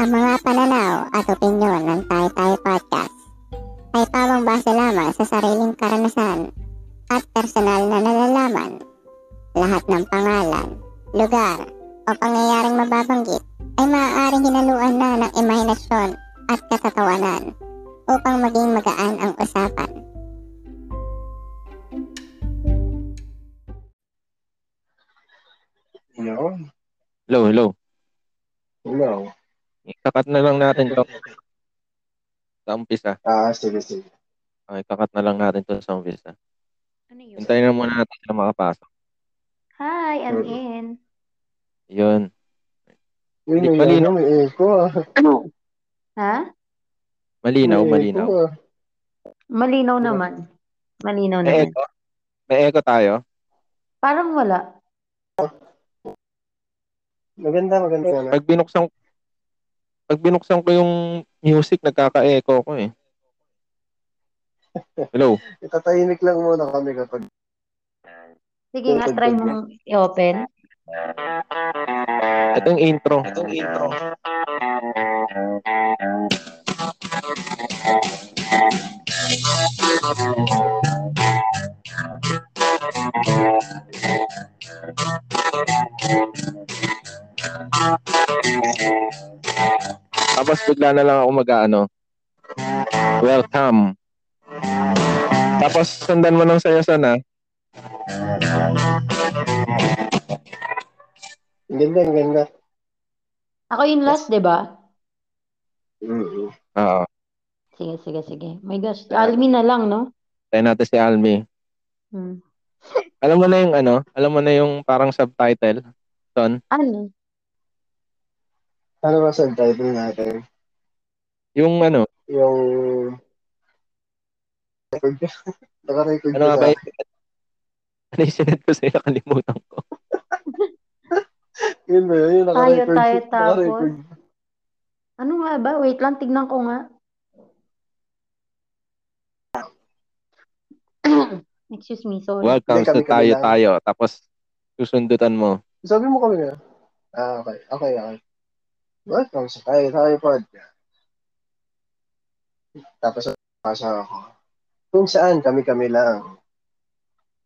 Ang mga pananaw at opinyon ng Tay Tay Podcast ay pawang base lamang sa sariling karanasan at personal na nalalaman. Lahat ng pangalan, lugar, o pangyayaring mababanggit ay maaaring hinaluan na ng imahinasyon at katatawanan upang maging magaan ang usapan. Yo, Hello, hello. hello. Ikakat na lang natin to sa umpisa. Ah, sige, sige. Okay, kakat na lang natin to sa umpisa. Ano yun? Hintayin na muna natin na makapasok. Hi, I'm Mm. in. Yun. Uy, Di may malinaw. ano, may echo ah. Ha? Malinaw, May echo malinaw. ah. Malinaw Diba? naman. Malinaw May naman. echo. May echo tayo. Parang wala. Maganda, maganda sana. Pag binuksan pag binuksan ko yung music, nagkaka-echo ko eh. Hello. Itatahimik lang muna kami kapag... Sige nga, Tugtog try na. mong i-open. Ito yung intro. Tapos bigla na lang ako mag-ano. Welcome. Tapos sundan mo ng sayo sana. Ang ganda, ang ganda. Ako yung last, diba? di ba? Mm-hmm. Oo. Sige, sige, sige. My gosh. Almi na lang, no? Tayo natin si Almi. Hmm. Alam mo na yung ano? Alam mo na yung parang subtitle? Ton? Ano? Ano ba subtitle natin? Yung ano? Yung... Record ka. Naka-record Ano ka sa nga ba yung... Ano yung sinet ko sa'yo? Nakalimutan ko. akin. Yun ba yun? Yung naka-record Tayo, ka- tayo, naka-record. Ano nga ba? Wait lang, tignan ko nga. Excuse me, sorry. Welcome Hindi, sa kami- kami Tayo lang. Tayo. Tapos susundutan mo. Sabi mo kami na. Ah, okay. Okay, okay. Welcome sa Tayo Tayo Podcast. Tapos, pasa ako. Kung saan kami-kami lang.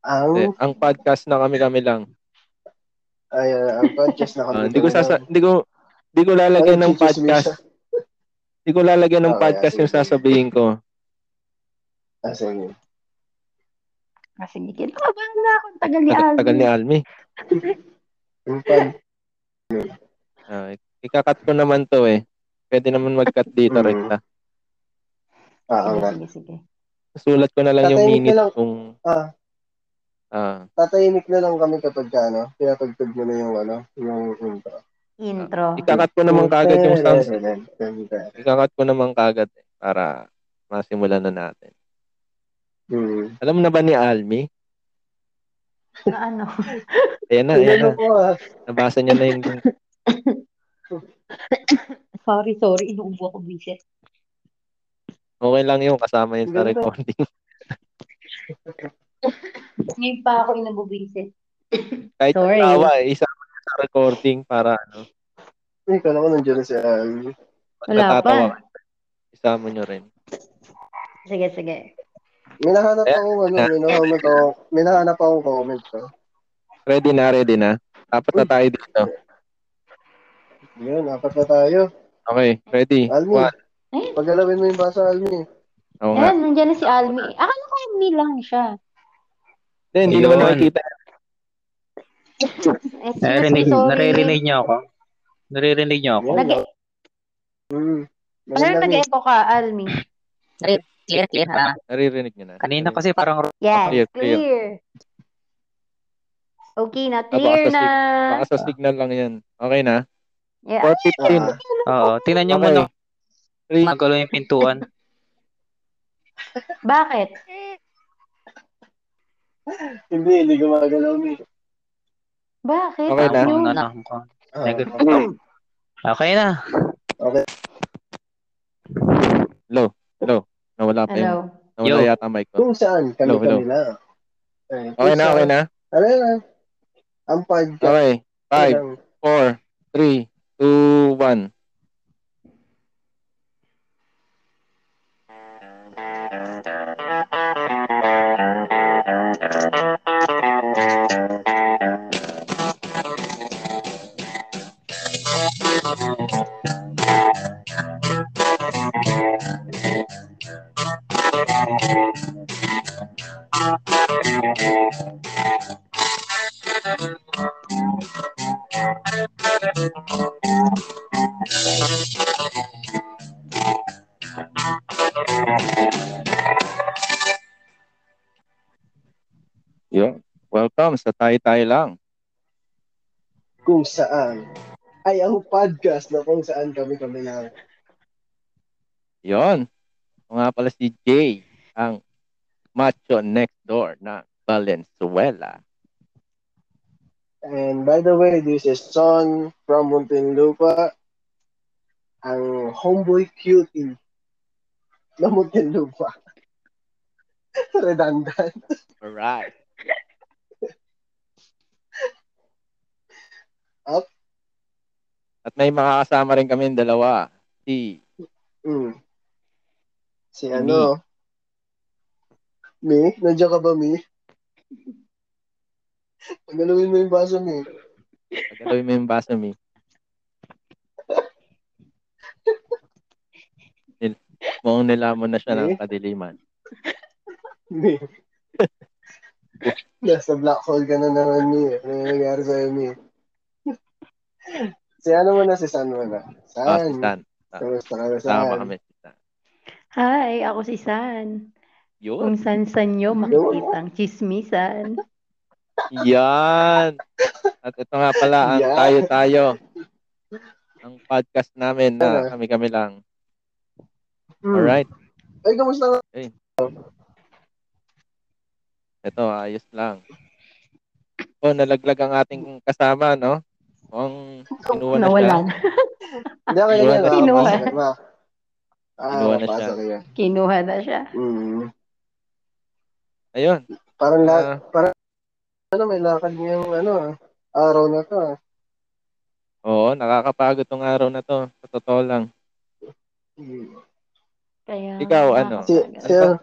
Ang Oh. Hindi, Eh, ang podcast na kami-kami lang. Ay, uh, ang podcast na Eh. Ah, kami. hindi ko sasa hindi ko hindi ko lalagyan ng podcast. Hindi ko lalagyan ng Okay, podcast yung sige. sasabihin ko. Ah, sige. Ah, sige, kinabahan na ako. Ang Tagal ni Almi. Tagal ni Almi. Yung pod- Ah, ikakat ko naman to eh. Pwede naman mag-cut dito Mm. rekta. Ah, Sige, nga. sige, sige. Sulat ko na lang yung Tatayin ko minute lang. kung Ah, ah, tatahimik na lang kami kapag ka, ano, pinatugtog mo na yung, ano, yung intro. Intro. ikakat ko naman kagad yung sounds. Ah, sounds. Ikakat ko naman kagad eh, para masimulan na natin. Hmm. Alam na ba ni Almi? Na ano? Ayan na, ayan na. Ano ko, ah. Nabasa niya na yung link. Sorry, sorry. Inuubo ako bisit. Okay lang yung kasama yun sa Ganda. recording. Ngayon pa ako inabubisit. Kahit Sorry. tawa, eh, isama niya sa recording para ano, Ay, kala ko nandiyan na si ah, Almi. pag Wala natatawa ka, isama niyo rin. Sige, sige. May nahanap Eh, ako, ano, may nahanap ako, may nahanap ako comment oh. ko. Ready na, ready na. Dapat na tayo dito. Yun, apat na tayo. Okay, ready. Almi. One. Paggalawin mo yung basa, Almi. Oo nga. Ayan, nandiyan na si Almi. Akala ko Almi lang siya. Hindi, hindi naman Ayun. nakikita. Excuse me, Naririnig, Eh, sorry. naririnig niyo ako? Naririnig niyo ako? Yun, Nag- ah. Hmm. Parang Magandang- nag-echo ka, Almi. Clear, clear. Naririnig niyo na. Kanina kasi parang Yes, Clear, clear. clear. Okay na, baka clear sa na. Baka sa signal lang yan. Okay na? Yeah. 4.15. Ah, oo, tingnan niyo Okay. muna nagalo yung pintuan. Bakit? hindi, hindi gumagalaw ni. Bakit? Okay na. Ano? Ano, ano, ano. Ah, Nag- Okay na. Nawala pa Hello. yung, nawala Yo. yata ang mic ko. Kung saan kami Hello, hello. kanila. Eh, Okay na, okay na. Ano yun? Ang podcast. Okay. 5, lang. 4, 3, 2, 1. Yun. Welcome sa Tay Tay Lang. Kung saan ay ang podcast na kung saan kami kami lang. Yun. Ito nga pala si Jay, ang macho next door na Valenzuela. And by the way, this is Son from Muntinlupa. Ang homeboy cutie na Muntinlupa. Redundant. Alright. Up. At may makakasama rin kami dalawa. Si Mm. Si ano? Mi? Nandiyan ka ba, Mi? Pagalawin mo yung baso, Mi. Pagalawin mo yung baso, Mi. Nil- Mukhang nilamon na siya ng kadiliman. Mi. Nasa black hole ka na naman, Mi. Ano yung nangyari sa'yo, Mi? si ano mo na, si San mo na? Ah, San? si Stan. Kamusta ka na, San? Tama kami si Stan. Hi, ako si San. Yun. Kung san-san nyo makikitang chismisan. Yan. At ito nga pala ang Yan. tayo-tayo. Ang podcast namin na Ano? kami-kami lang. Mm. Alright. Ay, kamusta ka? Ito, ayos lang. O, nalaglag ang ating kasama, no? Mukhang kinuha na siya. Nawalan. Hindi ako ganyan. ah. Kinuha. Pasok ka na. Ah, Kinuha na pasok ka. Kinuha na siya. Mm. Ayun. Parang lahat, ah, ano, may lakad niya yung ano, ah, araw na to. ah. oo, nakakapagod tong araw na to. Sa totoo lang. Mm. Kaya, Ikaw, ano? Si, si, nakakapagod.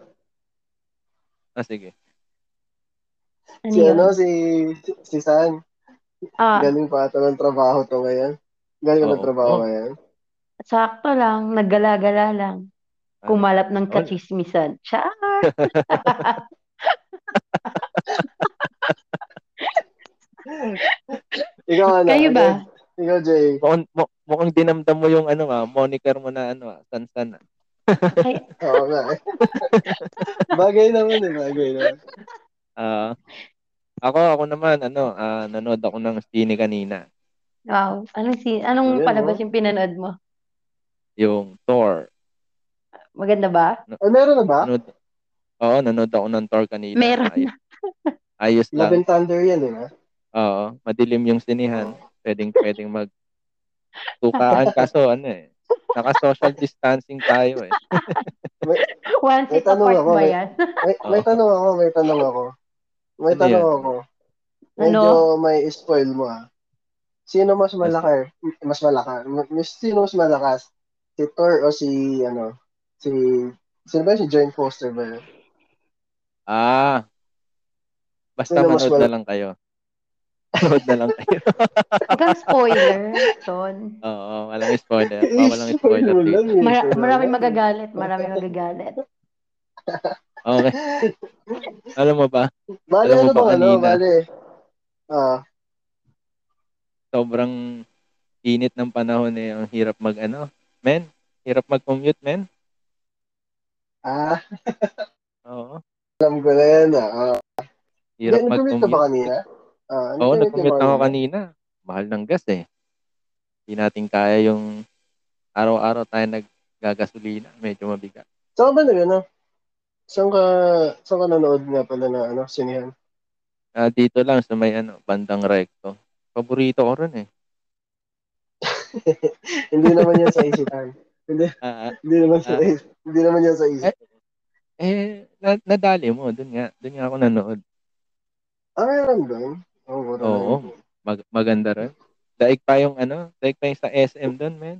Ah, sige. si yun? ano, si, si San, Ah, galing pa ata ng trabaho to ngayon. Galing ka ng Oo. Oh. trabaho Oo. ngayon. sakto lang. Naggala-gala lang. Ano? Kumalap ng Oy. kachismisan. Char! Ikaw ano? Kayo ba? Jay? Ikaw, Jay. Mukhang, mu- mukhang dinamdam mo yung ano, ah, moniker mo na ano, ah, san-san. ah. Kay- Oo nga. eh. bagay naman eh, bagay naman. Ah, ako, ako naman, ano, ah, nanood ako ng sine kanina. Wow. Anong, si, anong Ayun, palabas oh. yung pinanood mo? Yung Thor. Maganda ba? Ay, Eh, meron na ba? Nanood, oo, nanood ako ng Thor kanina. Meron Ayos, ayos Love lang. and Thunder yan, eh. ha? Oo, madilim yung sinihan. Pwedeng, pwedeng mag tukaan. Kaso, ano eh, naka-social distancing tayo eh. One May seat tanong apart ako, ba may- yan? May, may Oo. tanong ako, may tanong ako. May Ano tanong yun? ako. Ano? Medyo may spoil mo ah. Sino mas malaki? Mas malaki. Mas, sino mas malakas? Si Thor o si ano? Si Sino ba yun? si Jane Foster ba? yun? Ah, basta Ano mas manood na lang kayo. Manood na lang kayo. Huwag kang spoiler, Son. Oo, walang spoiler. Walang Spoil spoiler. mo please. lang, eh. Mara- Spoil mo maraming lang. magagalit. Maraming magagalit. Okay. Alam mo ba, Bale, Alam mo ano ba ba? Ano, kanina? bale. Ah, sobrang init ng panahon eh. Ang hirap mag ano. Men, hirap mag-commute, men. ah, Oo. alam ko na yan ah. ah. Hirap Hindi, nag-commute ka mag-commute. ba kanina? Ah, Oo, nag-commute ka ba nag-commute ako kanina. Mahal ng gas eh. Hindi natin kaya yung araw-araw tayo naggagasolina. Medyo mabigat. Saan ka ba nag ano? Saan ka, saan ka nanood nga pala na ano, sinihan? Ah, dito lang sa may ano, bandang recto. Paborito ko rin eh. Hindi naman yan sa isipan. Ah, ah, Hindi naman sa, hindi naman yan sa isipan. eh, na- nadali mo. Doon nga. Doon nga ako nanood. Ah, meron doon? Oo, meron. Oo. Mag- maganda rin. Daig pa yung ano, daig pa yung sa SM doon, men.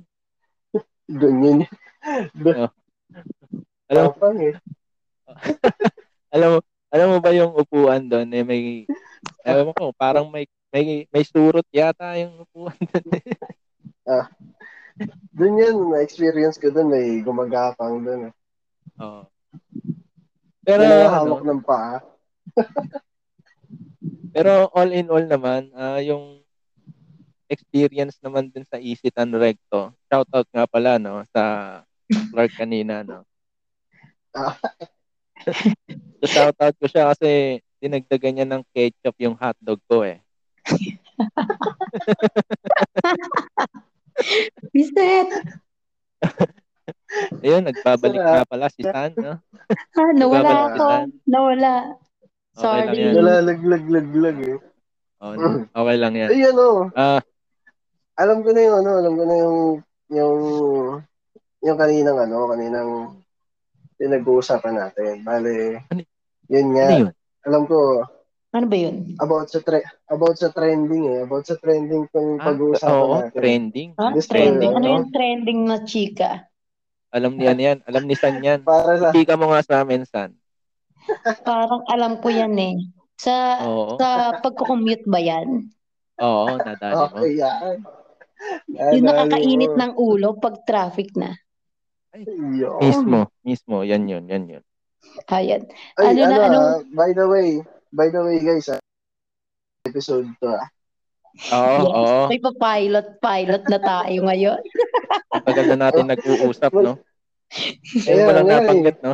Doon yun. Ah. Alam, Tapang eh. alam mo, alam mo ba yung upuan doon eh may alam ko, parang may may may surot yata yung upuan doon. eh. Doon yun, na-experience ko doon, may gumagapang doon. eh. Oo. Pero, Pero Nalahawak ano, ng paa. Pero all in all naman, ah, yung experience naman dun sa Isitan Recto. Shout out nga pala no sa Clark kanina no. Ah. so shout out ko siya kasi dinagdagan niya ng ketchup yung hotdog ko eh. Reset! Ayun, nagbabalik Sarap. na pala si San no. Ah, nawala Babalik ako. kita. Nawala. Okay Sorry. lang yan. Nalalaglag-laglag eh. Oh, okay lang yan. Ay, ano, Ah, alam ko na yung ano, alam ko na yung yung yung kaninang ano, kaninang pinag-uusapan natin. Bale, Ano? yun nga. ano yun? Alam ko, Ano ba yun? about sa tre- about sa trending eh. About sa trending kung Ah, pag-uusapan oo, natin. trending. Ah, This trending. time, Ano ano? yung trending na chika? Alam niya yan. Alam ni San yan. Para sa Hindi ka mo nga sa amin, San. Parang alam ko yan eh. Sa Oo. sa pagko-commute ba yan? Oo, nadali mo. Okay, yeah. Yung nakakainit ng ulo pag traffic na. Yun. Mismo, mismo. Yan yun, yan yun. Ayan. Ay, Ano ano, na, ano? ah, by the way, by the way guys, ah, episode to ah. Oo, Yes. oo. May pa-pilot, pilot na tayo ngayon. Ang tagal na natin nag-uusap, no? Ngayon Ayan, mo lang ayan, napanggit, no?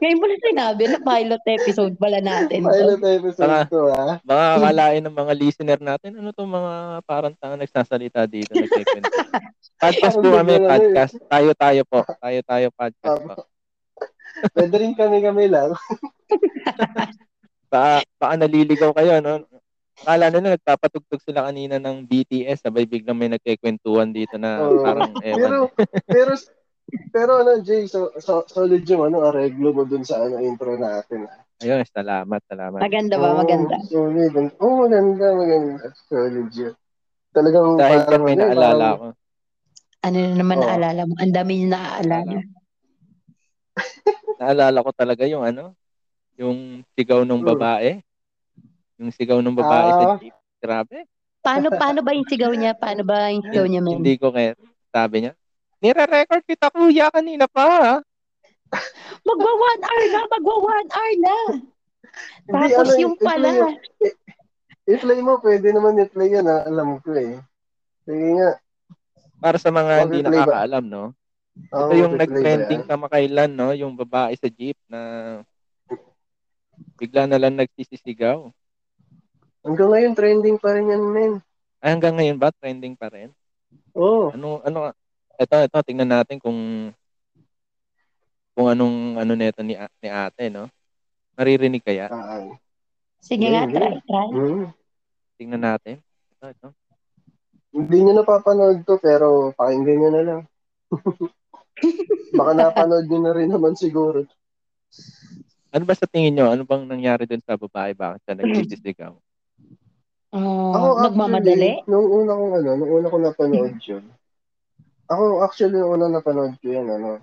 Ngayon mo na sinabi na pilot episode pala natin. to. Pilot episode Saka- to ah. Baka akalain ng mga listener natin, ano to mga parang tanga nagsasalita dito, nagkikwento. Podcast po kami, podcast. Tayo-tayo po. Tayo-tayo podcast po. Pwede rin kami-kami lang. Baka, baka naliligaw kayo, no? Akala nila nagpapatugtog sila kanina ng BTS, sabay biglang may nagkikwentuhan dito na Oo. parang ewan. Pero, pero, pero ano, Jay, so, so, solid yung ano, areglo mo dun sa ano, intro natin. ah. Ayun, salamat, salamat. Maganda Oo, ba? Diba? Maganda. Solid. Ang- Oo, maganda, maganda. Solid yun. Talagang Dahil dyan may ano, naalala parang- ako. Ano na naman Oo. naalala mo? Ang dami niyo naaalala. Naalala ko talaga yung ano, yung sigaw ng Hmm. babae. Yung sigaw ng babae sa Ah. jeep. Grabe. Paano, paano ba yung sigaw niya? Paano ba yung sigaw niya, men? Hindi ko kaya. Sabi niya, nire-record kita kuya kanina pa. ha?" Magwa one hour na! Magwa one hour na! Hindi, Tapos ano, yung i-play pala. yun. I-play mo, pwede naman i-play yun, ah. alam ko eh. Sige nga. Para sa mga hindi Mag-replay ba? nakakaalam, no? Oo, Ito i-play yung ba nag-trending yan? kamakailan, no? Yung babae sa jeep na bigla na lang nagsisisigaw. Hanggang ngayon, trending pa rin yan, men. Ay, hanggang ngayon ba? Trending pa rin? Oo. Ano, ano, ito, ito, tingnan natin kung kung anong ano nito ni, ni ate, no? Naririnig kaya? Ah, ah. Sige nga, Mhm. try, try. Hmm. Tingnan natin. Ano? Ito, ito. Hindi nyo napapanood to, pero pakinggan nyo na lang. Baka napanood nyo na rin naman siguro. Ano ba sa tingin nyo? Ano bang nangyari dun sa babae? Bakit siya nagsisisigaw? Ah, actually, nagmamadali? Hmm. Nung una kong ano, nung una kong napanood yun. Ako actually nung una napanood ko yan ano.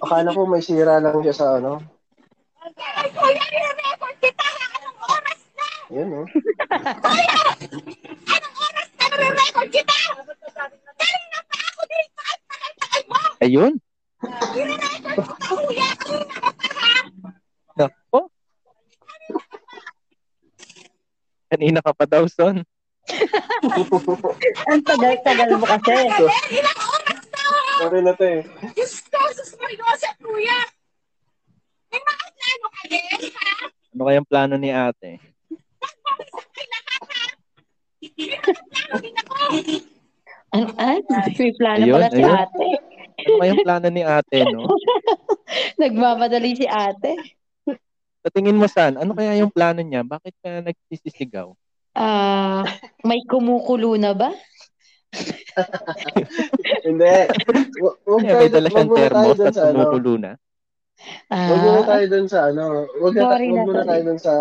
Akala ko may sira lang siya sa ano. Yan oh. Ayun! Nako! Kanina ka pa daw, son. Ang tagal-tagal mo kasi. Sorry na to eh. Ano kayang plano ni ate? Ano, ah? May plano Ayun, pala si ayun. ate. Ano kayang plano ni ate, no? Nagmamadali si ate. Sa tingin mo, San, ano kaya yung plano niya? Bakit ka nagsisisigaw? Ah, may kumukulo na ba? Hindi. Hu- Huwag Kaya may dala huwag siyang muna tayo termos dun at sa ano. kumukulo na. Huwag muna Ah, tayo dun sa ano. Huwag na- Sorry na, huwag muna sorry. tayo dun sa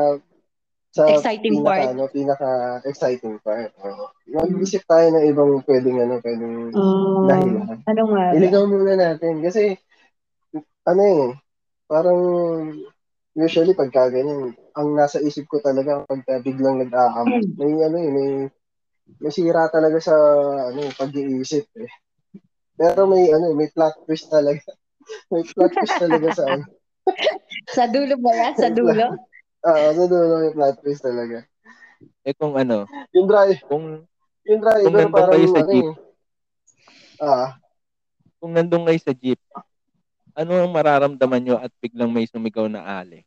sa exciting pinaka, part. Ano, pinaka exciting part. Oo. Mag-isip tayo ng ibang pwedeng ano, pwedeng Ah, dahilan. ano nga? ba? Iligaw muna natin. Kasi, ano eh, parang, usually pagka ganyan, ang nasa isip ko talaga pagka biglang nag-aamot. May ano eh, may, may sira talaga sa, ano, pag-iisip eh. Pero may, ano, eh, may plot twist talaga. may plot twist talaga sa, ano, Sa dulo ba yan? Sa dulo? Oo, Ah, sa dulo yung plot twist talaga. Eh kung ano, Yung drive, kung yung Kung driver nandun parang kayo sa ano jeep. eh. Ah, kung nandun kayo sa jeep, ano ang mararamdaman nyo at biglang may sumigaw na ali?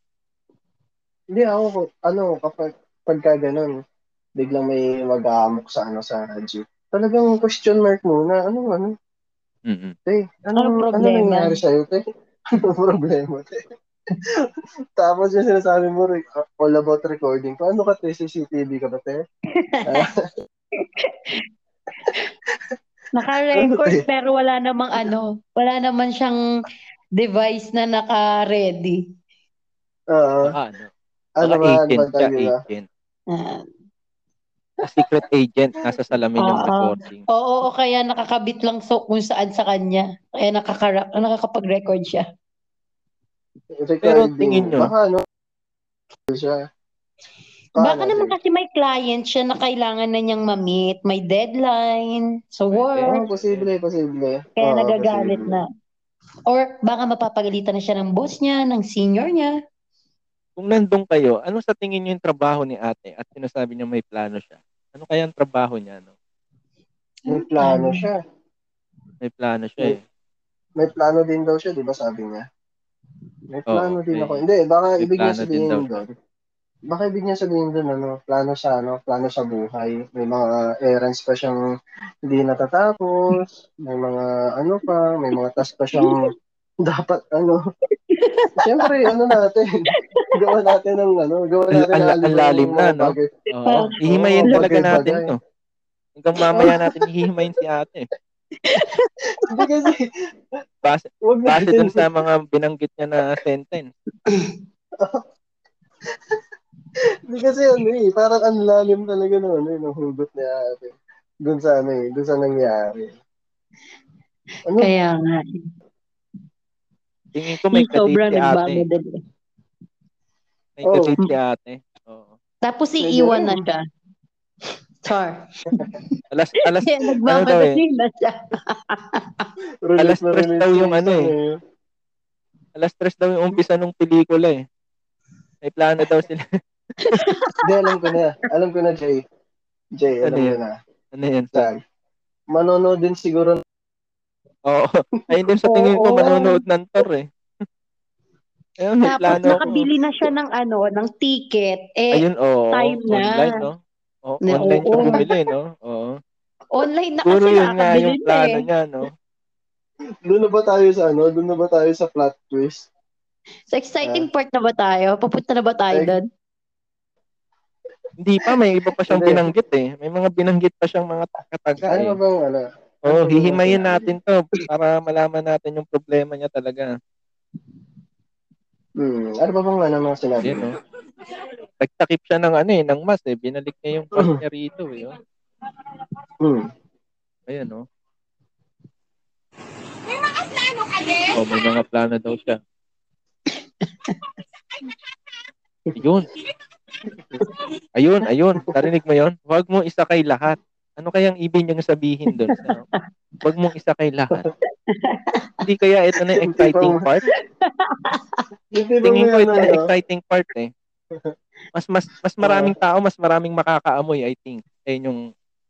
Hindi ako, ano, kapag pagka ganun, biglang may mag-aamok sa ano sa jeep. Talagang question mark muna, ano, ano, Mm-mm. te, ano, Anong ano problema? nangyari sa'yo, te? Ano problema, te? Tapos yung sinasabi mo, re- all about recording. Paano ka, te? CCTV ka ba, te? Naka-record pero wala namang ano, wala naman siyang device na naka-ready. Oo. Baka ano? ano Baka ba, agent pantay siya, nila? agent. Ah. Secret agent, nasa salamin yung Oo. recording. oo, o kaya nakakabit lang so kung saan sa kanya. Kaya nakakara- nakakapag-record siya. Pero tingin nyo- Baka ano, siya. Baka ano, naman te? kasi may client siya na kailangan na niyang ma-meet. May deadline sa deadline. work. Oo, Ah, posible, posible. Kaya Oo, nagagalit posible. na. Or baka mapapagalitan na siya ng boss niya, ng senior niya. Kung nandun kayo, ano sa tingin nyo yung trabaho ni ate at sinasabi niya may plano siya? Ano kaya ang trabaho niya? No? May plano siya. May plano siya eh. may plano din daw siya, di ba sabi niya? May Oo, plano din may- ako. Hindi, baka may ibig niya plano din sabihin daw doon. siya. Baka ibig niya sabihin doon, ano, plano sa, ano, plano sa buhay. May mga errands pa siyang hindi natatapos. May mga, ano pa, may mga task pa siyang dapat, ano. Siyempre, ano natin, gawa natin ng, ano, gawa Ang- natin ang- ng- ang lalim na, mga no? bagay. Oo, hihimayin Oo, talaga bagay-bagay. natin to. Hanggang mamaya natin hihimayin si ate. Hindi kasi, Base, huwag base natin, dun sa mga binanggit niya na sentence. Hindi kasi ano eh, parang ang lalim talaga ng ano eh, ng hugot ni ate. Doon sa ano eh, doon sa nangyari. Ano? Kaya nga. Tingin ko may kadate sobrang si ate. nagmamadali. May Oo. kadate si ate. Oo. Tapos iiwan na siya. Char. Alas, alas, Kaya Ano nagmamadali na siya. Relate Alas na tres relate daw ko yung ano eh. eh. alas tres daw yung umpisa nung pelikula eh. May plano daw sila. Hindi, alam ko na. Alam ko na, Jay. Jay, alam Ano ko yun? na. Ano yan? Saan? Manonood din siguro. Oo. Ayun din sa tingin ko Oo. manonood ng tor eh. Ayun, may Tapos plano ako. nakabili na siya ng ano, ng ticket. Eh, Ayun, oo. time na. Online, no? Oo, Na- online siya oo. bumili, no? Oo. online na Siguro kasi yun nga nakakabili yung na plano eh. niya, no? Doon na ba tayo sa ano? Doon na ba tayo sa plot twist? Sa exciting part na ba tayo? Papunta na ba tayo Like- doon? Hindi pa, may iba pa siyang Hindi. binanggit eh. May mga binanggit pa siyang mga kataga eh. Ano ba bang ano? Ano ba Oo, hihimayin yung- natin to para malaman natin yung problema niya talaga. Hmm, ano ba bang ano mga sinabi? Yun, no? Nagtakip siya ng ano eh, ng mas eh. Binalik niya yung mas niya rito eh. oh. Hmm. Ayan, no? May mga plano ka din? Oo, Oh, may mga plano daw siya. ayun. Ayun, ayun. Narinig mo yun? Huwag mo isakay lahat. Ano kayang ibig niyang sabihin doon? So, huwag mong isakay lahat. Hindi kaya ito na yung exciting part? Hindi ba Tingin ko may ito ano, na ano? exciting part eh. Mas mas mas maraming tao, mas maraming makakaamoy, I think. Ayun yung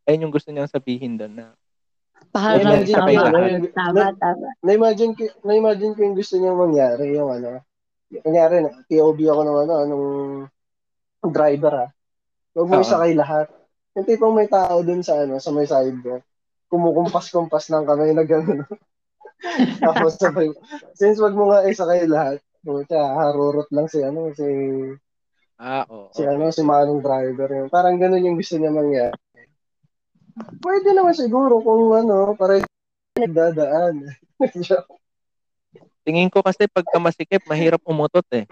ayun yung gusto niyang sabihin doon na Parang Imagine tama. ko yun, ano yun? Tama, tama. Na-imagine ko, na-imagine ko yung gusto niya mangyari, yung ano. Kunyari, POV ako ng ano, nung driver ah. Huwag mo Oo. isakay lahat. Yung tipong may tao dun sa ano, sa may side mo. Kumukumpas-kumpas ng kamay na gano'n. Tapos sabay, since wag mo nga isakay lahat, Puta, harurot lang si ano, si, ah, oo. si ano, si manong driver. Yun. Parang ganun yung gusto niya mangyari. Pwede naman siguro kung ano, pare dadaan. Tingin ko kasi pagka masikip, mahirap umutot eh.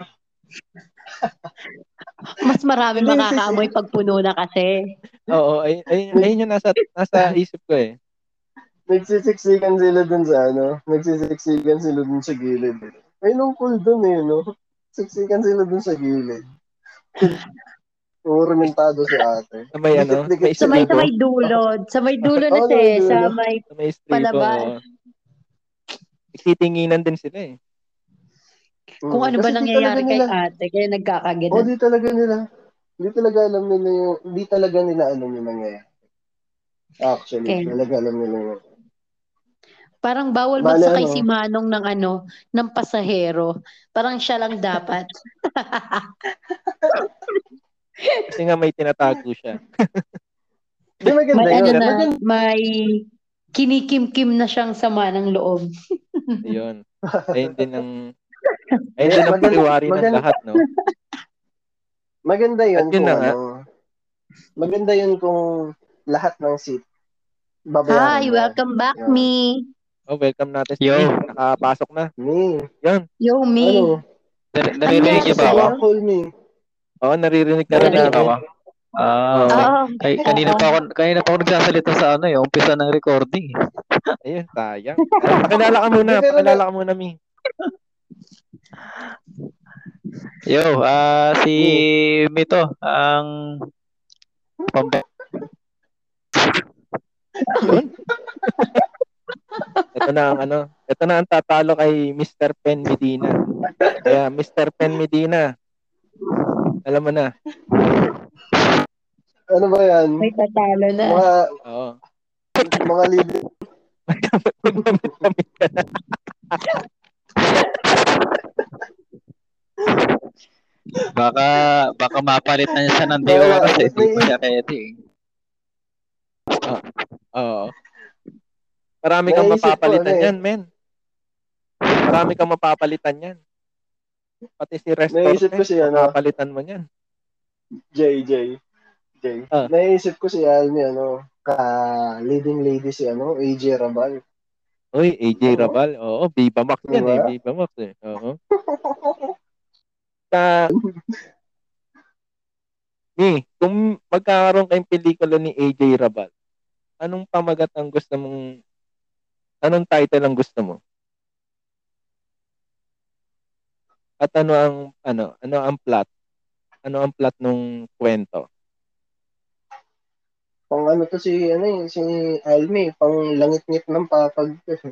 Mas marami makakaamoy pag puno na kasi. Oo, ay, ay, ayun yung nasa, nasa isip ko eh. Nagsisiksikan sila dun sa ano, nagsisiksikan sila dun sa gilid. May nung pool dun eh, no? Siksikan sila dun sa gilid. Ornamentado si ate. Sa may ano, sa may Dikit-dikit Sa may, sa stribo. may dulo. Sa may dulo na Oo, siya eh. Sa dulo. may... Sa may stribo. palabas. oo. Nagtitinginan din sila eh. Mm. Kung ano ba nangyayari kay ate, kaya nagkakagina. O, Oh, di talaga nila. Di talaga alam nila yung, di talaga nila alam yung nangyayari. Actually, Okay. talaga alam nila yung, Parang bawal Bale, magsakay ano? si Manong ng ano, ng pasahero. Parang siya lang dapat. Kasi nga may tinatago siya. Di maganda May yun. ano na, Maganda. may kinikimkim na siyang sama ng loob. Ayun. Ayun din ang ayun din ang pariwari ng Maganda- lahat, no? Maganda yun At yun kung na nga. ano. Maganda yun kung lahat ng seat babayaran. na. Hi, Ah, welcome back Yeah. me. Oh, welcome natin. Yo. Nakapasok na. Me. Yun. Yo me. Ano? Nar- Naririnig niyo ba ako? Sawa, call me. Oo, naririnig ka rin Naririnig niyo ba namin. ako? Ah, okay. Oo. Ay, kanina pa ako, kanina pa ako nagsasalita sa ano, yung umpisa ng recording. eh. Ayun, sayang. Pakilala ka muna. Pero- Pakilala ka muna, Mi. Yo, ah, si Hmm. Mito, ang pambe- Ito na ang ano. Ito na ang tatalo kay Mr. Pen Medina. Kaya, Mr. Pen Medina. Alam mo na. Ano ba yan? May tatalo na. Mga, Oo. mga libre. Magkamit-kamit ka na. baka, baka mapalit na siya ng DOA kasi hindi pa siya ready. Oo. Marami kang Naisip ko, mapapalitan ano eh. yan, men. Marami kang mapapalitan yan. Pati si restaurant, Naisip ko si ano, mapapalitan mo yan. JJ. Jay. Ah. Naisip ko si Almi, ano, ka leading lady si ano, AJ Rabal. Uy, AJ Rabal. Oo, Viva Max yan Diba? eh. Viva Max eh. Oo. Sa... Ni, kung magkakaroon kayong pelikula ni AJ Rabal, anong pamagat ang gusto mong... Anong title ang gusto mo? At ano ang ano ano ang plot? Ano ang plot nung kwento? Pang ano to si, ano eh, si Almi, pang langit-ngit ng papag. eh.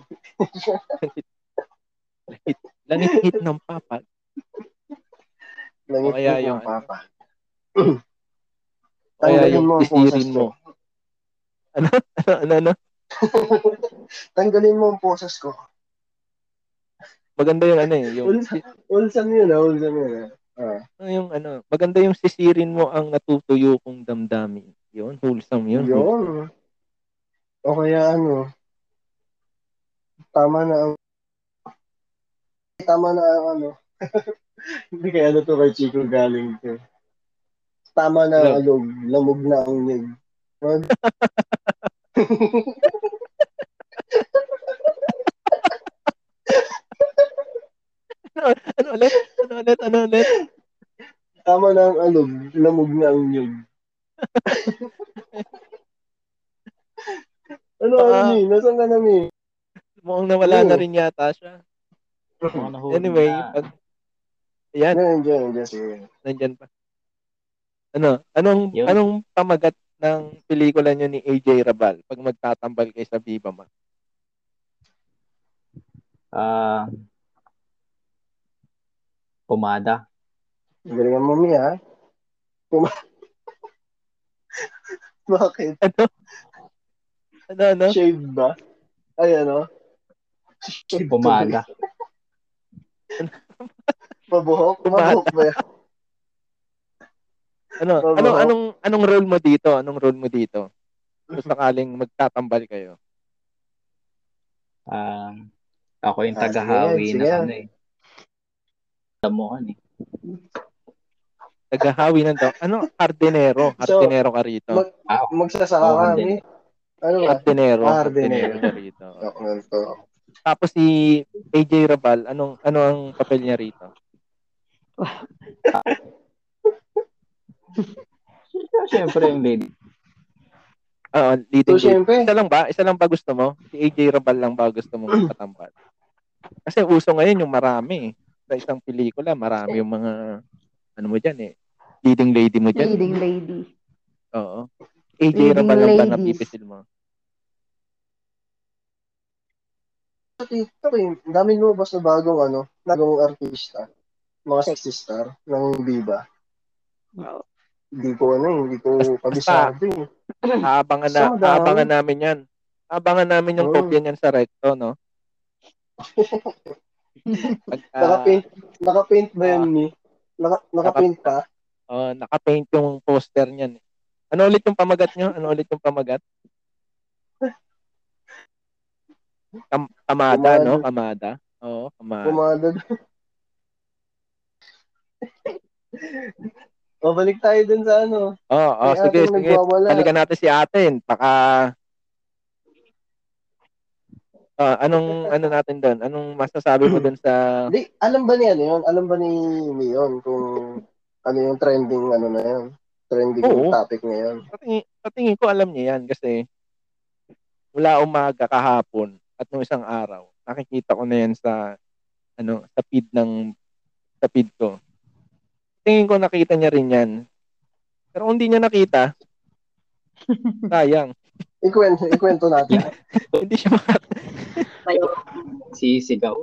Langit-hit ng papa. O kaya langit-ngit yung ng papag. O kaya Tanggalin yung mo ang sisirin poses mo. ko. ano, ano? Tanggalin mo ang poses ko. Maganda yung ano eh, yung Wholesome yun, ah, wholesome yun. ah. Ano yung ano, maganda yung sisirin mo ang natutuyo kong damdamin. Yun, wholesome yun. Yun. O kaya ano, tama na ang tama na ang ano. Hindi kaya na to kay Chico galing to. Tama na ang alog, lamog na ang nig. Wag. Ano ulit? Ano ulit? Ano ulit? Tama na ang alog, lamog na ang nig. ano Baka- ano ni? Nasaan ka na ni? Mukhang nawala Oo. na rin yata siya. Oh, Anyway, pag... Ayan, Diyan, diyan, diyan. sige. nandyan pa. Ano? Anong Yun. anong pamagat ng pelikula nyo ni AJ Rabal pag magtatambal kayo sa Viva Max? Ah, pumada. Galingan mo mi ha. Puma- Bakit? Ano, ano? Shave ba? Ay, ano? Shave Pumada. tuloy. Mabuhok? Pumada. Mabuhok ba yan? Ano? Oo. Anong, anong, anong role mo dito? Anong role mo dito? Kung sakaling magtatambal kayo. Ah, ako yung Ah, tagahawi sige, na sige. ano eh. Alam mo ano eh. Tagahawi ng daw. Ano? Hardinero. So, Hardinero ka rito. mag- Magsasaka Oo, ka, hindi. mi? Ano ba? Hardinero. Ah, Hardinero hardinero. ka rito. Ako nga to. Tapos si AJ Rabal, anong ano ang papel niya rito? Siyempre yung lady. Ah, leading So, lady. syempre, Isa lang ba? Isa lang ba gusto mo? Si AJ Rabal lang ba gusto mo katambal? Kasi uso ngayon yung marami. eh. Sa isang pelikula, marami yung mga ano mo diyan eh. Leading lady mo diyan. Leading lady. Oo. AJ Leading Rabal lang ba ladies. napipisil mo? sa TikTok eh, ang dami lumabas na bagong ano, bagong artista. mga sexy star ng Viva. Wow. Hindi ko ano, hindi ko kabisado eh. Abangan na, So, dahil- abangan namin yan. Abangan namin yung Oo. kopya niyan sa recto, no? Pag, ah, Naka-paint, naka-paint ba yan ni? Naka, naka-paint pa? oh, nakapaint yung poster niyan. eh. Ano ulit yung pamagat nyo? Ano ulit yung pamagat? Kam- kamada, no? Kamada. Oo, kamada. Bumadag. o balik tayo dun sa ano. Oo, oh, May sige, ating sige. nagwawala. Balikan natin si Aten. Baka Ah, anong ano natin doon? Anong masasabi mo doon sa Di, alam ba ni ano yun? Alam ba ni Leon kung ano yung trending ano na yun? Trending Oo. topic na yun. patingin, patingin ko alam niya yan kasi mula umaga kahapon at nung isang araw, nakikita ko na yan sa ano, sa feed ng sa feed ko. Tingin ko nakita niya rin yan. Pero kung hindi niya nakita, sayang. Ikwento, ikwento natin. hindi siya maka... Si Sigaw.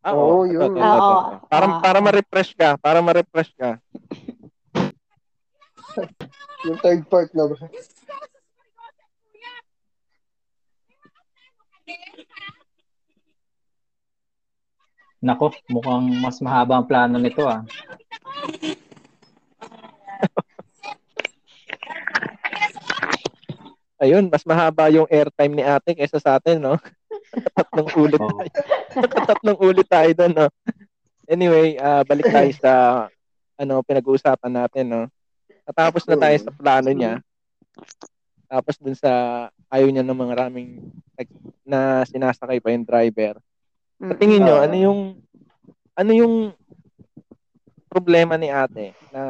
Ah, Oo, oo, yun. totoo, totoo. Oo. Para, Ah. para ma-refresh ka. Para ma-refresh ka. yung third part na ba? Nako, mukhang mas mahaba ang plano nito ah. Ayun, mas mahaba yung airtime ni ate kaysa sa atin, no? Tatlong ulit Oo. tayo. Tatlong ulit tayo doon, no? Anyway, ah, balik tayo sa ano pinag-uusapan natin, no? Natapos na tayo sa plano niya. Tapos dun sa ayaw niya ng mga raming like, na sinasakay pa yung driver. Sa tingin niyo, ano yung ano yung problema ni ate na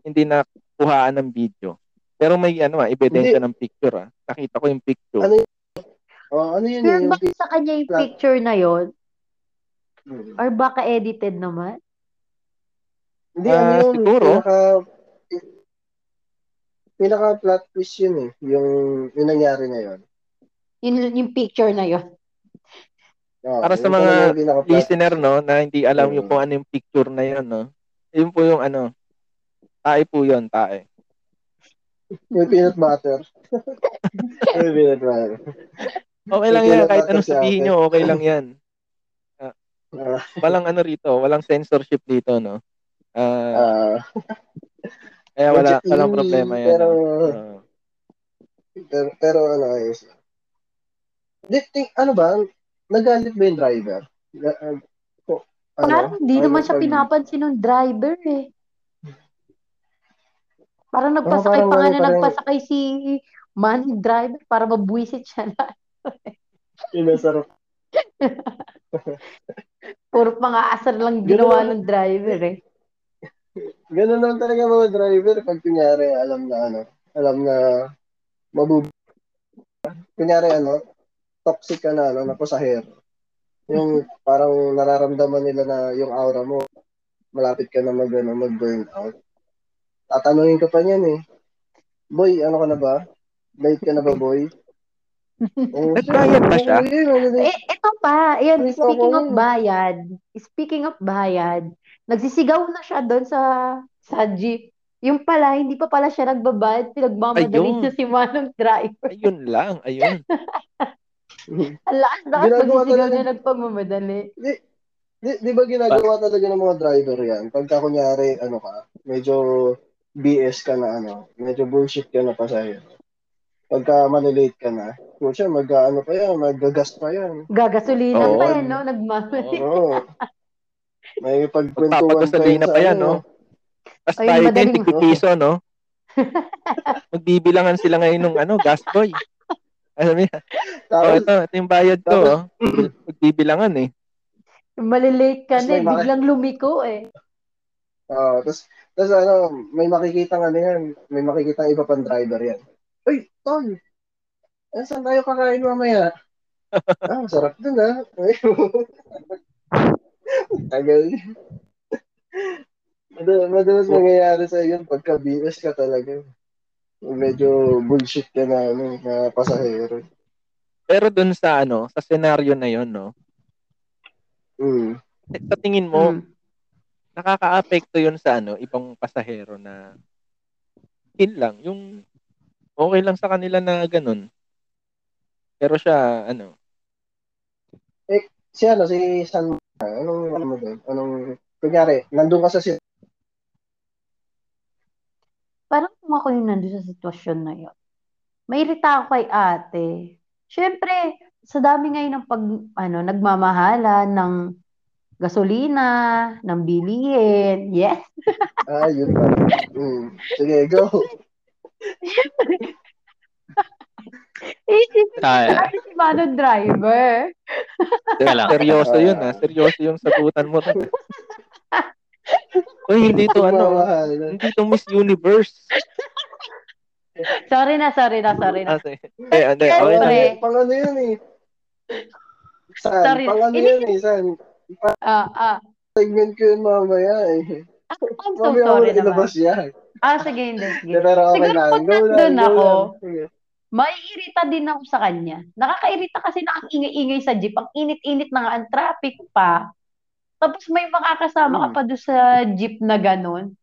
hindi nakuhaan ng video? Pero may ano ah, ebidensya ng picture ah. Nakita ko yung picture. Ano Oh, ano yun? Sure Yung, ba sa kanya yung picture na yon Or baka edited naman? hindi, ano Ah, yun? siguro. Pinaka, pinaka plot twist yun eh. Yung, yung nangyari na yun. Yun, yung picture na yon Oo, Para sa yun mga talaga Oh, yung pinaka-plot listener no na hindi alam Mm. yung kung ano yung picture na yun no. Yun po yung ano. Tae po yun, tae. May peanut butter. May peanut butter. Okay lang Hindi yan lang kahit anong natin si sabihin ate. nyo, okay lang yan. Ah, Walang ano rito, walang censorship dito no. Ah, ah, kaya wala medyo walang eerie, problema yan. Pero, Ah. pero, pero ano, ayos. Di, think, ano ba? Nagalit ba yung driver? Na- ah, ko- ano? Parang hindi Ano naman siya pag- pinapansin ng driver eh. Parang nagpasakay parang pa nga ganun pa na rin. nagpasakay si man yung driver para mabuisit siya na. Inasarap. Puro pangaasar lang ginawa ng driver eh. Ganun lang talaga mga driver pag kunyari alam na ano, alam na mabub... Kunyari ano, toxic ka na ano, na pasahero. Yung parang nararamdaman nila na yung aura mo, malapit ka na mag, ano, mag-burn out. Tatanungin ka pa niyan eh. Boy, ano ka na ba? Late ka na ba, boy? Oh, Nagbayad ba siya? oo, yun, ano, Eh, ito pa. Ayan, Ay, speaking oo. of bayad, speaking of bayad, nagsisigaw na siya doon sa, sa jeep. Yung pala, hindi pa pala siya nagbabayad. Ayun. Pinagmamadali siya si Manong driver. Ayun lang, ayun. Ang lakas lakas Ginagawa magsisigaw talaga- niya nagpamamadali. Di, di ba ginagawa talaga ng mga driver yan? Pagka kunyari, ano ka, medyo BS ka na ano, medyo bullshit ka na pa sa'yo. Pagka malilate ka na, kutya, mag ano pa yan, maggagas pa yan. Gagasolina Oo. pa yan, no? Nagmamadali. Oo. May pagkwentuhan ano. Magpapagusalina pa yan, no? Tapos ano. Ayun, tayo din, madaling- tigpi piso, no? Magbibilangan sila ngayon ng ano, gas boy. Alam niya, oh, Tapos, ito, ito yung bayad ko, oh. Magbibilangan, eh. Malilate ka Mas na, eh. may bakit. biglang lumiko eh. ah, tapos, tapos ano, may makikita ano yan, may makikita iba pang driver yan. Uy, Tol! eh, Saan tayo kakain mamaya? ah, sarap dun ah. Tagal. Mad- Madalas mangyayari sa yun pagka BS ka talaga. Medyo bullshit ka na, ano, na pasahero. Pero dun sa ano, sa scenario na yon, no? Mm. sa tingin mo, Hmm. nakaka-apekto yun sa ano, ibang pasahero na yun lang, yung okay lang sa kanila na ganun. Pero siya, ano, Si ano, si San... Anong, ano mo doon? Anong... Kunyari, nandun ka sa sit- Parang kung ako yung nandun sa sitwasyon na yun. Mairita ako kay ate. Siyempre, sa dami ngayon ng pag, ano, nagmamahalan ng gasolina, ng bilihin. Yes. Ah, yun pa. Mm. Sige, go. Isipin Kaya, natin si Mano Driver. Teka lang. seryoso yun ha, seryoso yung sagutan mo. Uy, hindi to ano, Mamahal. hindi to Miss Universe. Sorry na, sorry na, sorry na. Kasi, eh, hindi, okay lang. Sorry. Pang- Pang ano yun eh. San? Sorry. Pang ano yun eh, San? Ah, ah. Segment ko yun mamaya eh. I'm so Mamaya sorry ako naman. ilabas yan. Ah, sige, hindi, sige. Pero okay Siguro lang. pag Go lang, nandun go ako, lang. Sige. Maiirita din ako sa kanya. Nakakairita kasi na ang ingay-ingay sa jeep. Ang init-init na nga ang traffic pa. Tapos may makakasama ka pa doon sa jeep na ganun.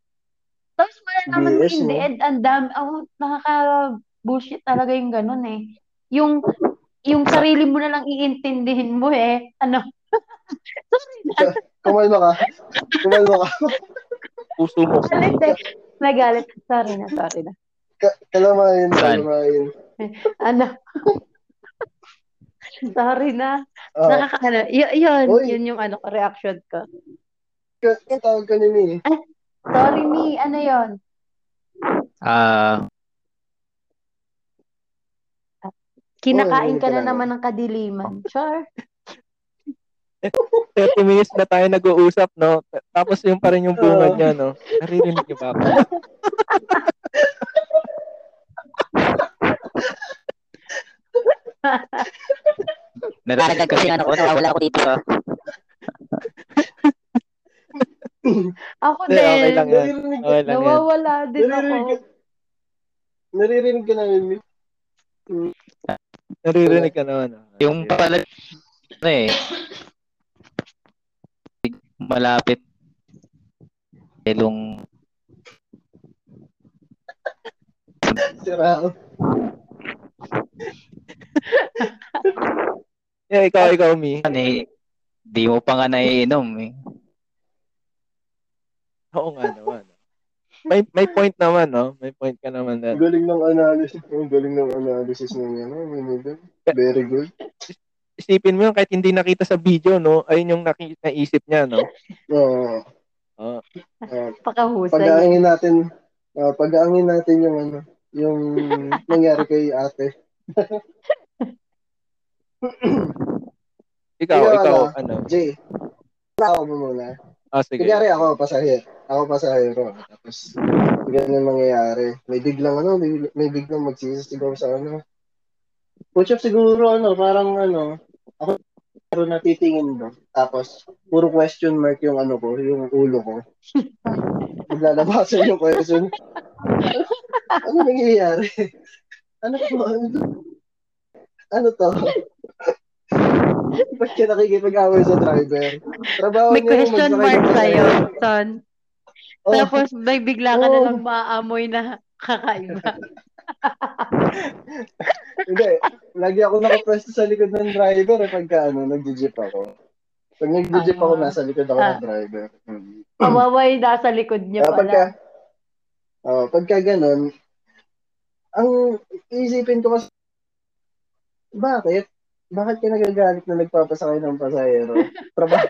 Tapos wala BS, naman in the no? end, ang dami. Oh, nakaka-bullshit talaga yung ganun eh. Yung, yung sarili mo na lang iintindihin mo eh. Ano? Sorry na. Kumalma ka. Kumalma ka. puso mo. Galit eh. Nagalit. Sorry na, sorry na. Ka- Kalama yun. San? Kalama yun. Ano? sorry na. Ah, Nakakaano. Y- yun, Uy. yun yung ano, ko, reaction ko. ka- tawag ka nini. Sorry, me. Ano yun? Ah, Uy, Kinakain ka na kailangan. naman ng kadiliman. Sure. 30 minutes na tayo nag-uusap, no? Tapos yung pa rin yung bunga Oo. niya, no? Naririnig niyo ba ako? narinig kasi ano ko, nawawala ako dito sa Ako Hindi, okay din. lang yan. Naririnig ka. Okay lang yan. Nawawala din ako. Naririnig ka. Naririnig ka namin. Mi. Naririnig ka naman. ah. no? Yung pala, ano eh, malapit Eh, ilong Sira ako. Yeah, ikaw, ikaw, Mi. eh, di mo pa nga naiinom eh. Oo nga naman. no? May may point naman, no? May point ka naman. Ang Na. galing ng analysis. Ang galing ng analysis ng ano. may mga- Very good. Isipin mo yun, kahit hindi nakita sa video, no? Ayun yung naki- naisip niya, no? Oo. Oo. Ah, Pakahusay. pag-aangin natin, ah, pag-aangin natin yung ano, yung nangyari kay ate. Ikaw, Ikaw, ikaw, ano? ano? Jay, ako mo muna. Ah, sige. Kunyari ako, pasahero. Ako pasahero. Tapos, ganyan ang mangyayari. May biglang ano, may, may biglang magsisisi siguro sa ano. Push up siguro ano, parang ano, ako pero natitingin doon. Tapos, puro question mark yung ano ko, yung ulo ko. Maglalabasan yung question. ano nangyayari? Ano to? Ano to? Ano to? Ba't ka nakikipag-away sa driver? Trabaho niya May yung question magsakay mark ng sa'yo, sasakyan. son. Oh. Oo. Tapos may bigla ka na Oo. lang maaamoy na kakaiba. Hindi. Lagi ako nakapresto sa likod ng driver eh, pagka ano, nagji-jeep ako. Pag nagji-jeep Ah. ako, nasa likod ako Ah. ng driver. Mm. Awaway nasa likod niya Kaya Ah, pagka, pala. oh, pagka ganun, ang iisipin ko kasi, bakit? Bakit ka nagagalit na nagpapasakay ng pasahero? Trabaho.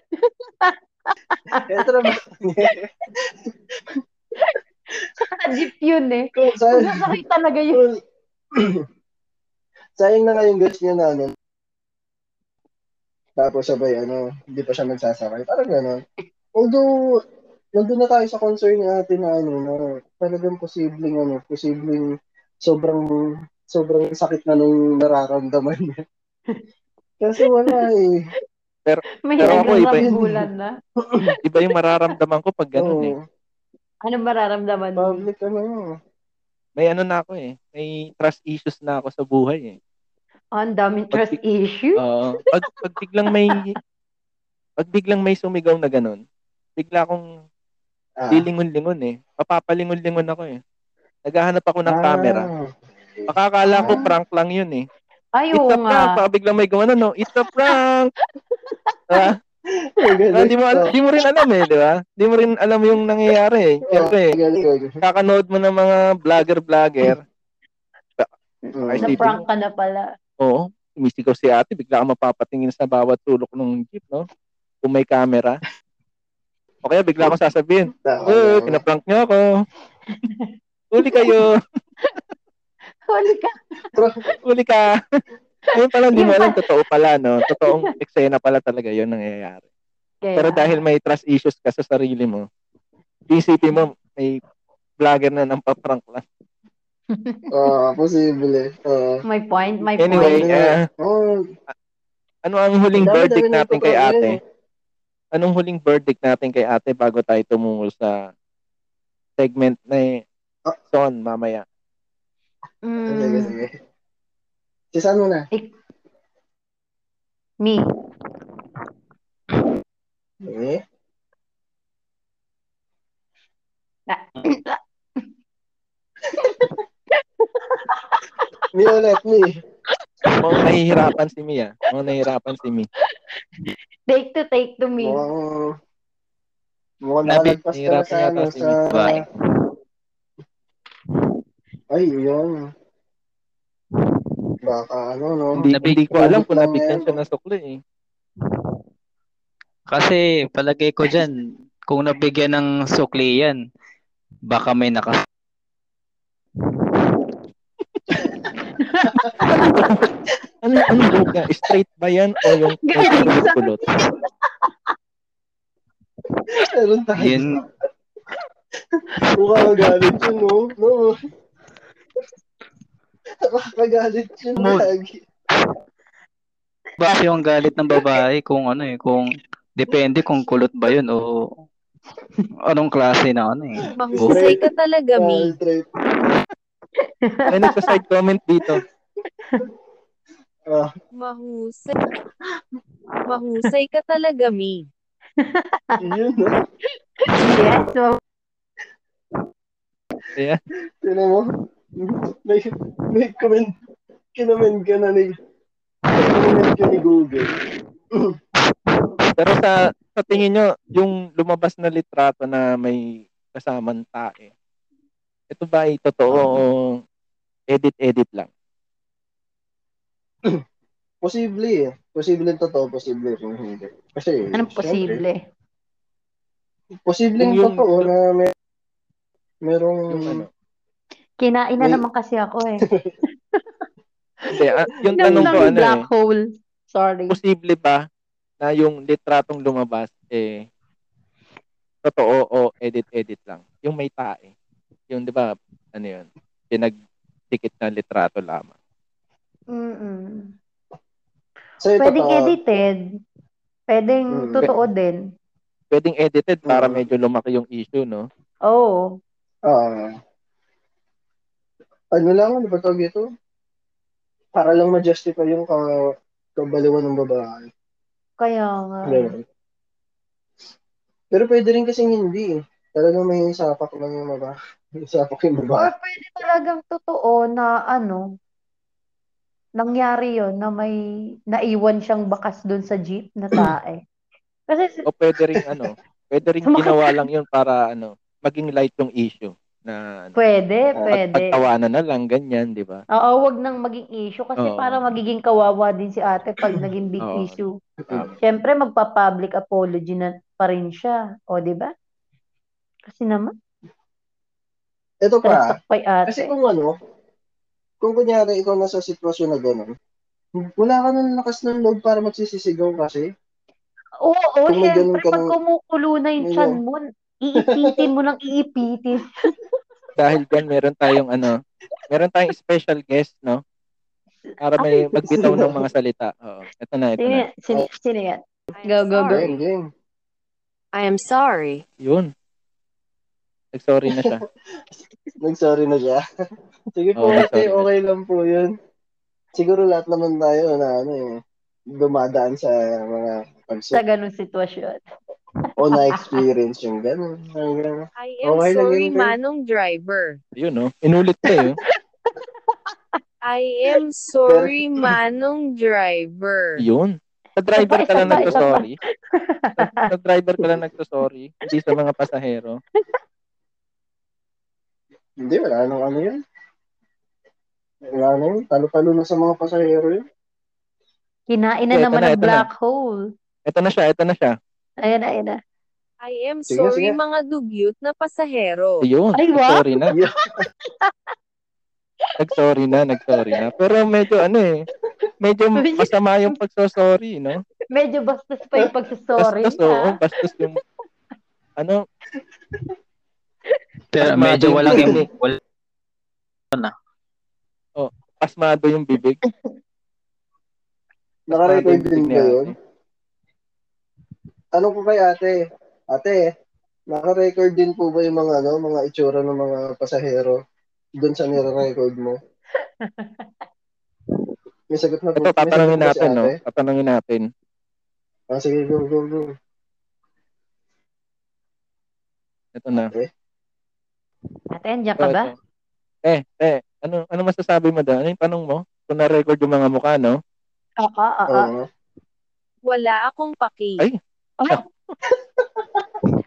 eh, trabaho niya. Sa jeep yun eh. Kung saan, Masasakit talaga yun. kung, sayang na nga yung guts niya na ano. Tapos sabay, ano, hindi pa siya magsasakay. Parang gano'n. Although, nandun na tayo sa concern ni ate na ano, na talagang posibleng, ano, posibleng sobrang, sobrang sakit na nung nararamdaman niya. Kasi wala eh. May Pero ako hanggang iba yun. rambulan na. Iba yung mararamdaman ko pag ganun, eh. Oo, Ano mararamdaman mo? public ano. May ano na ako, eh. May trust issues na ako sa buhay, eh. Oh, ang daming trust issue. Oo. pag, pag biglang may Pag biglang may sumigaw na ganun, bigla akong Ah. lilingon-lingon eh. Papapalingon-lingon ako eh. Naghahanap ako ng camera. Makakala ko Ah. prank lang yun eh. It's Ay, a oo prank. nga. Baka biglang may gawa na, no? It's a prank. Ah, Ang galing. Hindi mo, al- di mo rin alam eh, di ba? Di mo rin alam yung nangyayari eh. Ang Siyempre, galing, ang galing. kakanood mo ng mga vlogger-vlogger. Mm. Ay, si- Na-prank ka na pala. Oo, sumisigaw si ate, bigla kang mapapatingin sa bawat tulok ng jeep, no? Kung may camera. O kaya bigla akong sasabihin, Tama, eh, tama. pinaprank niyo ako. Uli kayo, Huli ka. uli ka. Ayun pala, hindi mo Yun alam, totoo pala, no? Totoong eksena pala talaga yun nangyayari. Kaya, Pero dahil may trust issues ka sa sarili mo, isipin mo, may vlogger na nang paprank lang. Oo, posible. eh. oh, Oo. may point, may Anyway, point. eh, Oo, ano ang huling Dami-dami verdict na natin kay ipaprank ate? yun. anong huling verdict natin kay ate bago tayo tumungol sa segment na eh? Ah. Son mamaya? Sige, Mm, sige. Si San mo na. me. Eh? Me ulit, me. Mukhang nahihirapan si Mia. Mukhang nahihirapan si Mia. Take to take to me. Mukhang... Mukhang Nabi- nakalagpas ka na nahihirapan sa yata ano, si sa... Bye. Ay, yun. Baka ano, no? Hindi, Nabi- hindi ko alam kung Nabi- nabigyan siya ng sukli eh. Kasi palagay ko dyan, kung nabigyan ng sukli yan, baka may nakas... Ano, ano joke niya? Straight ba yan o yung Galing sa- kulot? Meron tayo. Yun, Mukhang magalit yun, no? No. Nakakagalit yun. Mood. lagi. ba kasi yung galit ng babae kung ano eh, kung depende kung kulot ba yun o anong klase na ano eh. Mahusay ka talaga, Dahil Mi. trip. May nagsa-side comment dito. Ah, Mahusay. Mahusay ka talaga, Mi. yun, no? Yes, so, Tinan mo. May, may comment. Kinoment ka na ni... Kinoment ka ni Google. Pero sa, sa tingin nyo, yung lumabas na litrato na may kasamang tae, ito ba ay totoo o edit-edit lang? Posible eh. Posible totoo, posible rin hindi. Kasi, anong posible? Posible Kung yung yung- totoo na may, merong... Yung ano? Kinain na May- naman kasi ako eh. Hindi, ah, yung Nung tanong ko nang ano eh. black hole. Sorry. posible ba na yung litratong lumabas eh totoo o edit-edit lang? Yung may tae. Yung 'di ba ano yun? Pinagdikit na litrato lamang. Mm-mm. Sa'yo Pwedeng totoo. edited. Pwedeng Mm. totoo din. Pwedeng edited para Mm. medyo lumaki yung issue, no? Oo. Ah. ano lang, ano ba tawag ito? Para lang ma-justify yung ka kabaliwan ng babae. Kaya nga. Ganun. Pero pwede rin kasing hindi. eh. Talagang may isapak lang yung babae. May isapak yung Or babae. pwede talagang totoo na ano, nangyari yon na may naiwan siyang bakas doon sa jeep na tae. Kasi O pwede rin ano, pwede rin Sumakit. ginawa lang yun para ano, maging light yung issue na ano, pwede, Ah, pwede. pagtawanan na lang ganyan, 'di ba? Oo, wag nang maging issue kasi Oo. para magiging kawawa din si ate pag naging big Oo. issue. Tama. Siyempre, magpa-public apology na pa rin siya. O, di ba? Kasi naman, Ito pa. talasak pa ate. Kasi kung ano, kung kunyari ikaw nasa sitwasyon na gano'n, wala ka ng lakas ng loob para magsisisigaw kasi. Oo, kung may ganun siyempre, ka pag ng- kumukulo na yung Ayun. tiyan mo, iipitin mo ng iipitin. Dahil diyan meron tayong ano, meron tayong special guest, no? Para may magbitaw ng mga salita. Oo. Ito na, ito Sino na. yan? Sino, sino yan? I am Go, go, go. sorry. Game, game. I am sorry. Yun. Nag-sorry na siya. Nag-sorry na siya. Sige po, Oo, ate, sorry na. okay lang po yun. Siguro lahat naman tayo na ano eh. dumadaan sa mga pagsa sa ganung sitwasyon. o na-experience yung gano'n. Parang gano'n. I am Okay lang sorry, yun, Ren. Manong Driver. Yun, no? Inulit pa eh. yun. I am sorry, Manong Driver. Yun. Sa driver ka lang Isa pa, isa pa. nagtosorry. Sa- Sa driver ka lang nagtosorry. Hindi sa mga pasahero. Hindi, wala nang ano yun. Wala na yun. Talo-talo na sa mga pasahero yun. Kinain na Ito naman na, ang ito na. black hole. Ito na siya, ito na siya. Ayan na, ayan na. I am Sige, sorry, sige. mga dugyot na pasahero. Ayun. Ay, wow. Nagsorry na. nagsorry na, nagsorry na. Pero medyo ano eh, medyo Medyo- masama yung pagsosorry, no? Medyo bastos pa yung pagsasorry Bastos, oo. niya. Bastos yung, ano, Pero Mas medyo madali. walang im- wala. pasmado yung bibig. Pasmado Nakarecord yung din bibig ba niya. yun? Ano po kay ate? Ate, nakarecord din po ba yung mga, ano, mga itsura ng mga pasahero doon sa nire-record mo? May sagot na po. Ito, may sagot tatanungin na po si natin, no? ate? Tatanungin natin. Ah, sige, go, go, go. Ito na. Ate, andiyan ka ba? Ito, ito. Eh, eh, ano, ano masasabi mo daw? Ano yung tanong mo? Kung na-record yung mga mukha, no? Oo, oo, Oo. oo. nga. Wala akong paki. Ay.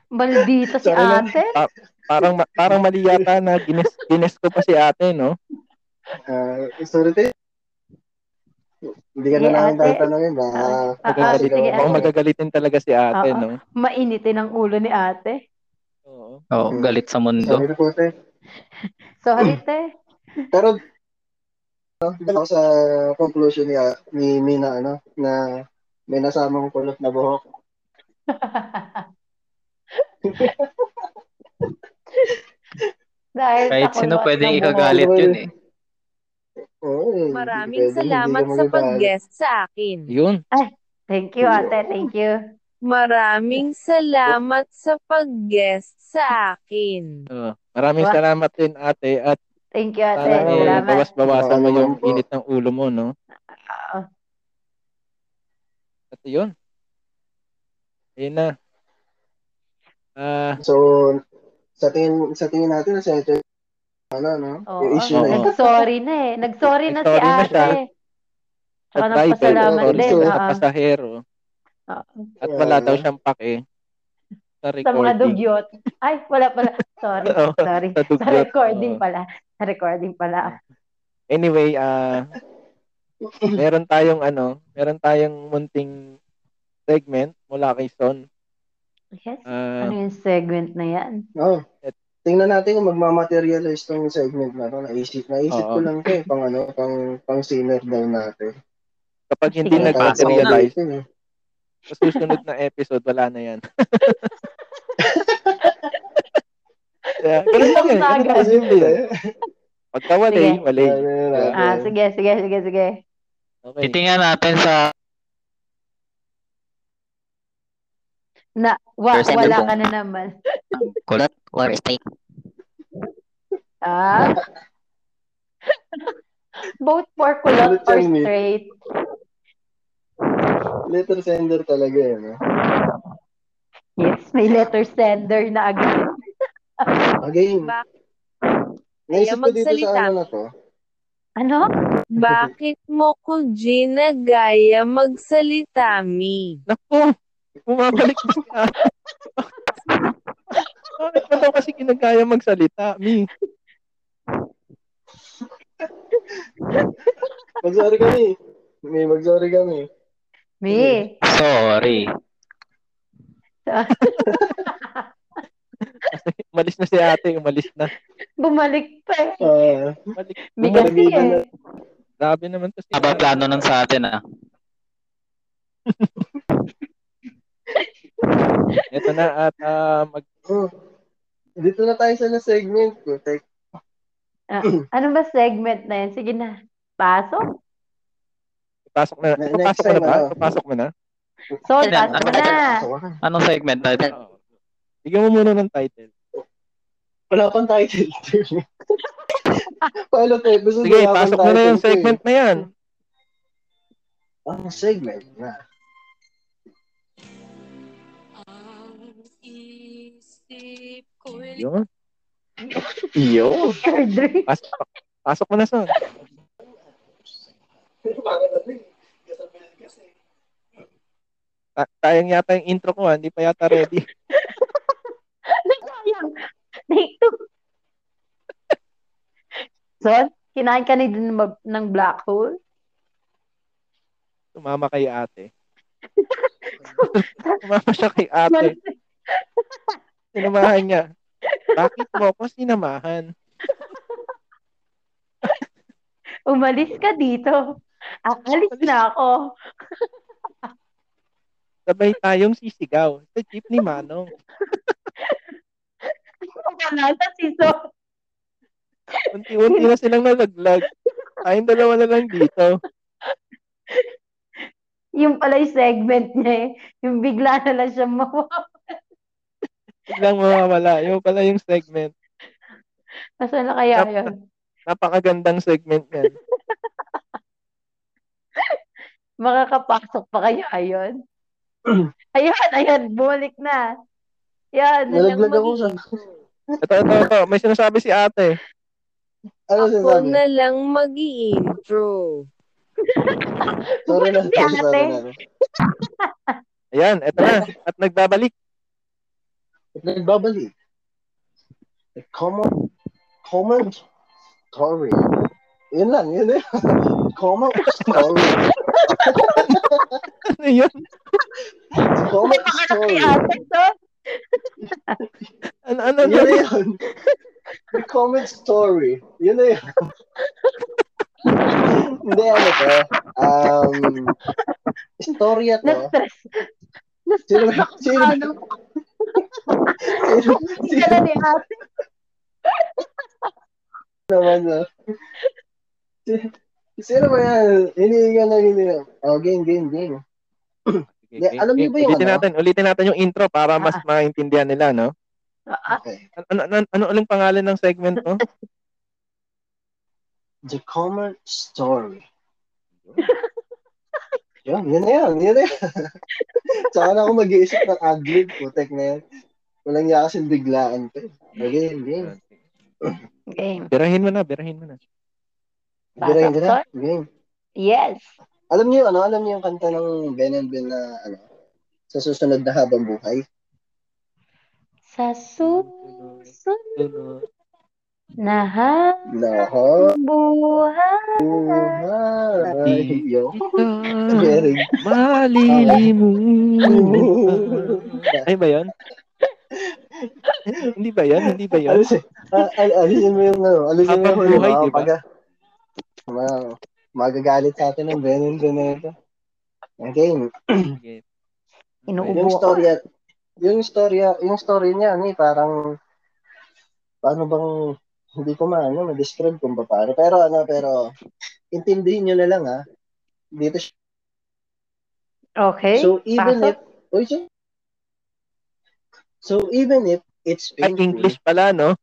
Maldita si Sorry lang. ate. Parang, ma- parang mali yata na gines, gines ko pa si ate, no? Ah, sorry, te. Hindi ka na Sige, namin ate. tatanungin. Baka Ah, ah, Magagalit, sige, mapasigaw mukhang ako. ate. magagalitin talaga si ate, Oo. no? Mainitin ang ulo ni ate. Oo. Oh, galit sa mundo. Sorry po, te. Sorry, te. Pero dun ako sa conclusion ni, ni Mina ano na may nasamang kulot na buhok. Dahil Kahit sa sino kulot pwedeng ng buhok. ikagalit yun eh. Oo, eh, hindi Maraming pwede, salamat hindi ka sa magagalit. pag-guest sa akin. Yun. Thank you, ate. Thank you. Maraming salamat sa pag-guest sa akin. Oo. maraming Wah. salamat din, ate. At Thank you, Diba? ate. sana eh, Salamat. Salamat. bawas-bawasan mo Baka yung naman po. init ng ulo mo, no? Oo. At yun. Ayun na. Ah, So sa tingin sa tingin natin sa ito ano no? Oo. Yung issue na Oo. yun. Nag-sorry na eh. Nag-sorry na si Nag-sorry na siya. ate. Tsaka sa driver, nagpasalamat sorry din. ah. sa oo. oh, pasahero. Oo. At wala Oo. daw siyang pake sa Sa mga recording. dugyot. Ay, wala pala. Sorry. Oo, Sorry. sa Sa dugyot. recording Oo. pala. Sa recording pala. Anyway, ah meron tayong ano, meron tayong munting segment mula kay Son. Yes. Ah, Ano yung segment na yan? Oo. Oh, Tingnan natin kung magmamaterialize tong segment na to. Naisip, naisip ko Oo. lang to eh, pang ano, pang, pang sinner daw natin. kapag hindi Sige. nag-materialize, Pasok na. sa susunod na episode, wala na yan. yeah, ganun lang eh. Ganun lang Agad. simple yun. Pagka wala, Sige. wala. Ano na natin. Ah, sige, sige, sige, sige. Okay. Titingnan natin sa Na, wa, Person wala number. ka na naman. Kulot or steak? Ah? Both for Kulot kulot or yan, eh. straight. Letter sender talaga eh. No? Yes, may letter sender na agad. Again, Bak- naisip ko dito Diba? magsalita. sa ano na to. Ano? Bakit mo ko ginagaya magsalita, Mi? Naku, bumabalik na si ate. Bakit mo daw kasi ginagaya magsalita, Mi? Mag-sorry kami. May mag-sorry kami. Me. Sorry. Umalis na si ate, umalis na. Bumalik pa eh. Ah, Balik. Me kasi Bumalik na. eh. Grabe naman to si Aba plano nun sa atin ah. Ito na at ah, mag... oh. Dito na tayo sa na segment. Putek. Ano ba segment na yan? Sige na. Pasok? Pasok na. Ne- next Ipapasok mo na time, ba? ano? Ipapasok mo na? Sol, Yan, pasok mo ano- na. Pasok ka. Anong segment tayo? Oo. Bigyan mo muna ng title. Wala pang title. Pilot episode. Sige, wala pang pasok mo na title yung to eh. segment na yan. Ang segment na. Yun. Yo. Audrey. Pasok, pasok mo na sa. Ta- tayang yata yung intro ko, ha? hindi pa yata ready. Sayang. Take two. Son, kinain ka na din ma- ng black hole? Tumama kay ate. Tumama siya kay ate. Sinamahan niya. Bakit mo ako sinamahan? Umalis ka dito. Alis na ako. Sabay tayong sisigaw sa jeep ni Manong. Wala na si Son. Unti-unti na silang nalaglag. Tayong dalawa na lang dito. Yung pala yung segment niya eh. Yung bigla na lang siya mawa. Biglang mawawala. Yung pala yung segment. Nasaan na kaya Yep. yun? Napakagandang segment yan. Makakapasok pa kaya yun? ayan, ayan. Bulik na. Yan. yun ang Nalaglag ako muli. sa... Ito, ito, ito. May sinasabi si ate. Ano Ako sinasabi? na lang mag-i-intro. Sorry na. Si Sorry, sorry ate. na. Ayan, ito na. At nagbabalik. Nagbabalik. The common, common story. Yun lang, yun eh. common story. Ano yun? Common Si story. Ate Son. Ano, ano, Yun ano? na yun. The common story. Yun na yun. Hindi, ano to. Um, storya to. Na-stress. Sino, sino, Ano? sino, Hindi ka sino na ni Ate. naman na. Si- Sino ba yan? Hinihinga na hinihinga. Oh, game, game, game. Sige, Alam niyo ba yung ulitin ano? natin, ulitin natin yung intro para mas maintindihan nila, no? Ah, Okay. Ano, ano, ano, ano uling pangalan ng segment mo? The common story. Yun, yun na yun, yun na yun. Saka na ako mag-iisip ng ad-lib, putek na yan. Walang niya kasing biglaan pa. Okay, game. Game. Birahin mo na, birahin mo na. Gira, gira, game. Yes. Alam niyo, ano, alam niyo yung kanta ng Ben and Ben na, ano, sa susunod na habang buhay? Sa susunod na Lahat buhay. buhay. Yo. Kita Very malilimutan. Ay ba yun? Hindi ba yun? Hindi ba yun? Alisin, ah, al- alisin mo yung ano, alisin mo Habang yung buhay, mga di ba? pagka- mga- magagalit sa atin ng Benin Benito. Okay, Sige. Inuubo yung Buo. storya, yung storya, yung story niya, ni parang, paano bang, hindi ko maano, ma-describe kung paano. Pero ano, pero, intindihin nyo na lang ha. Dito siya. Okay. So, even pasok. if, Uy, siya. so, even if it's Ay, painful. English pala, no?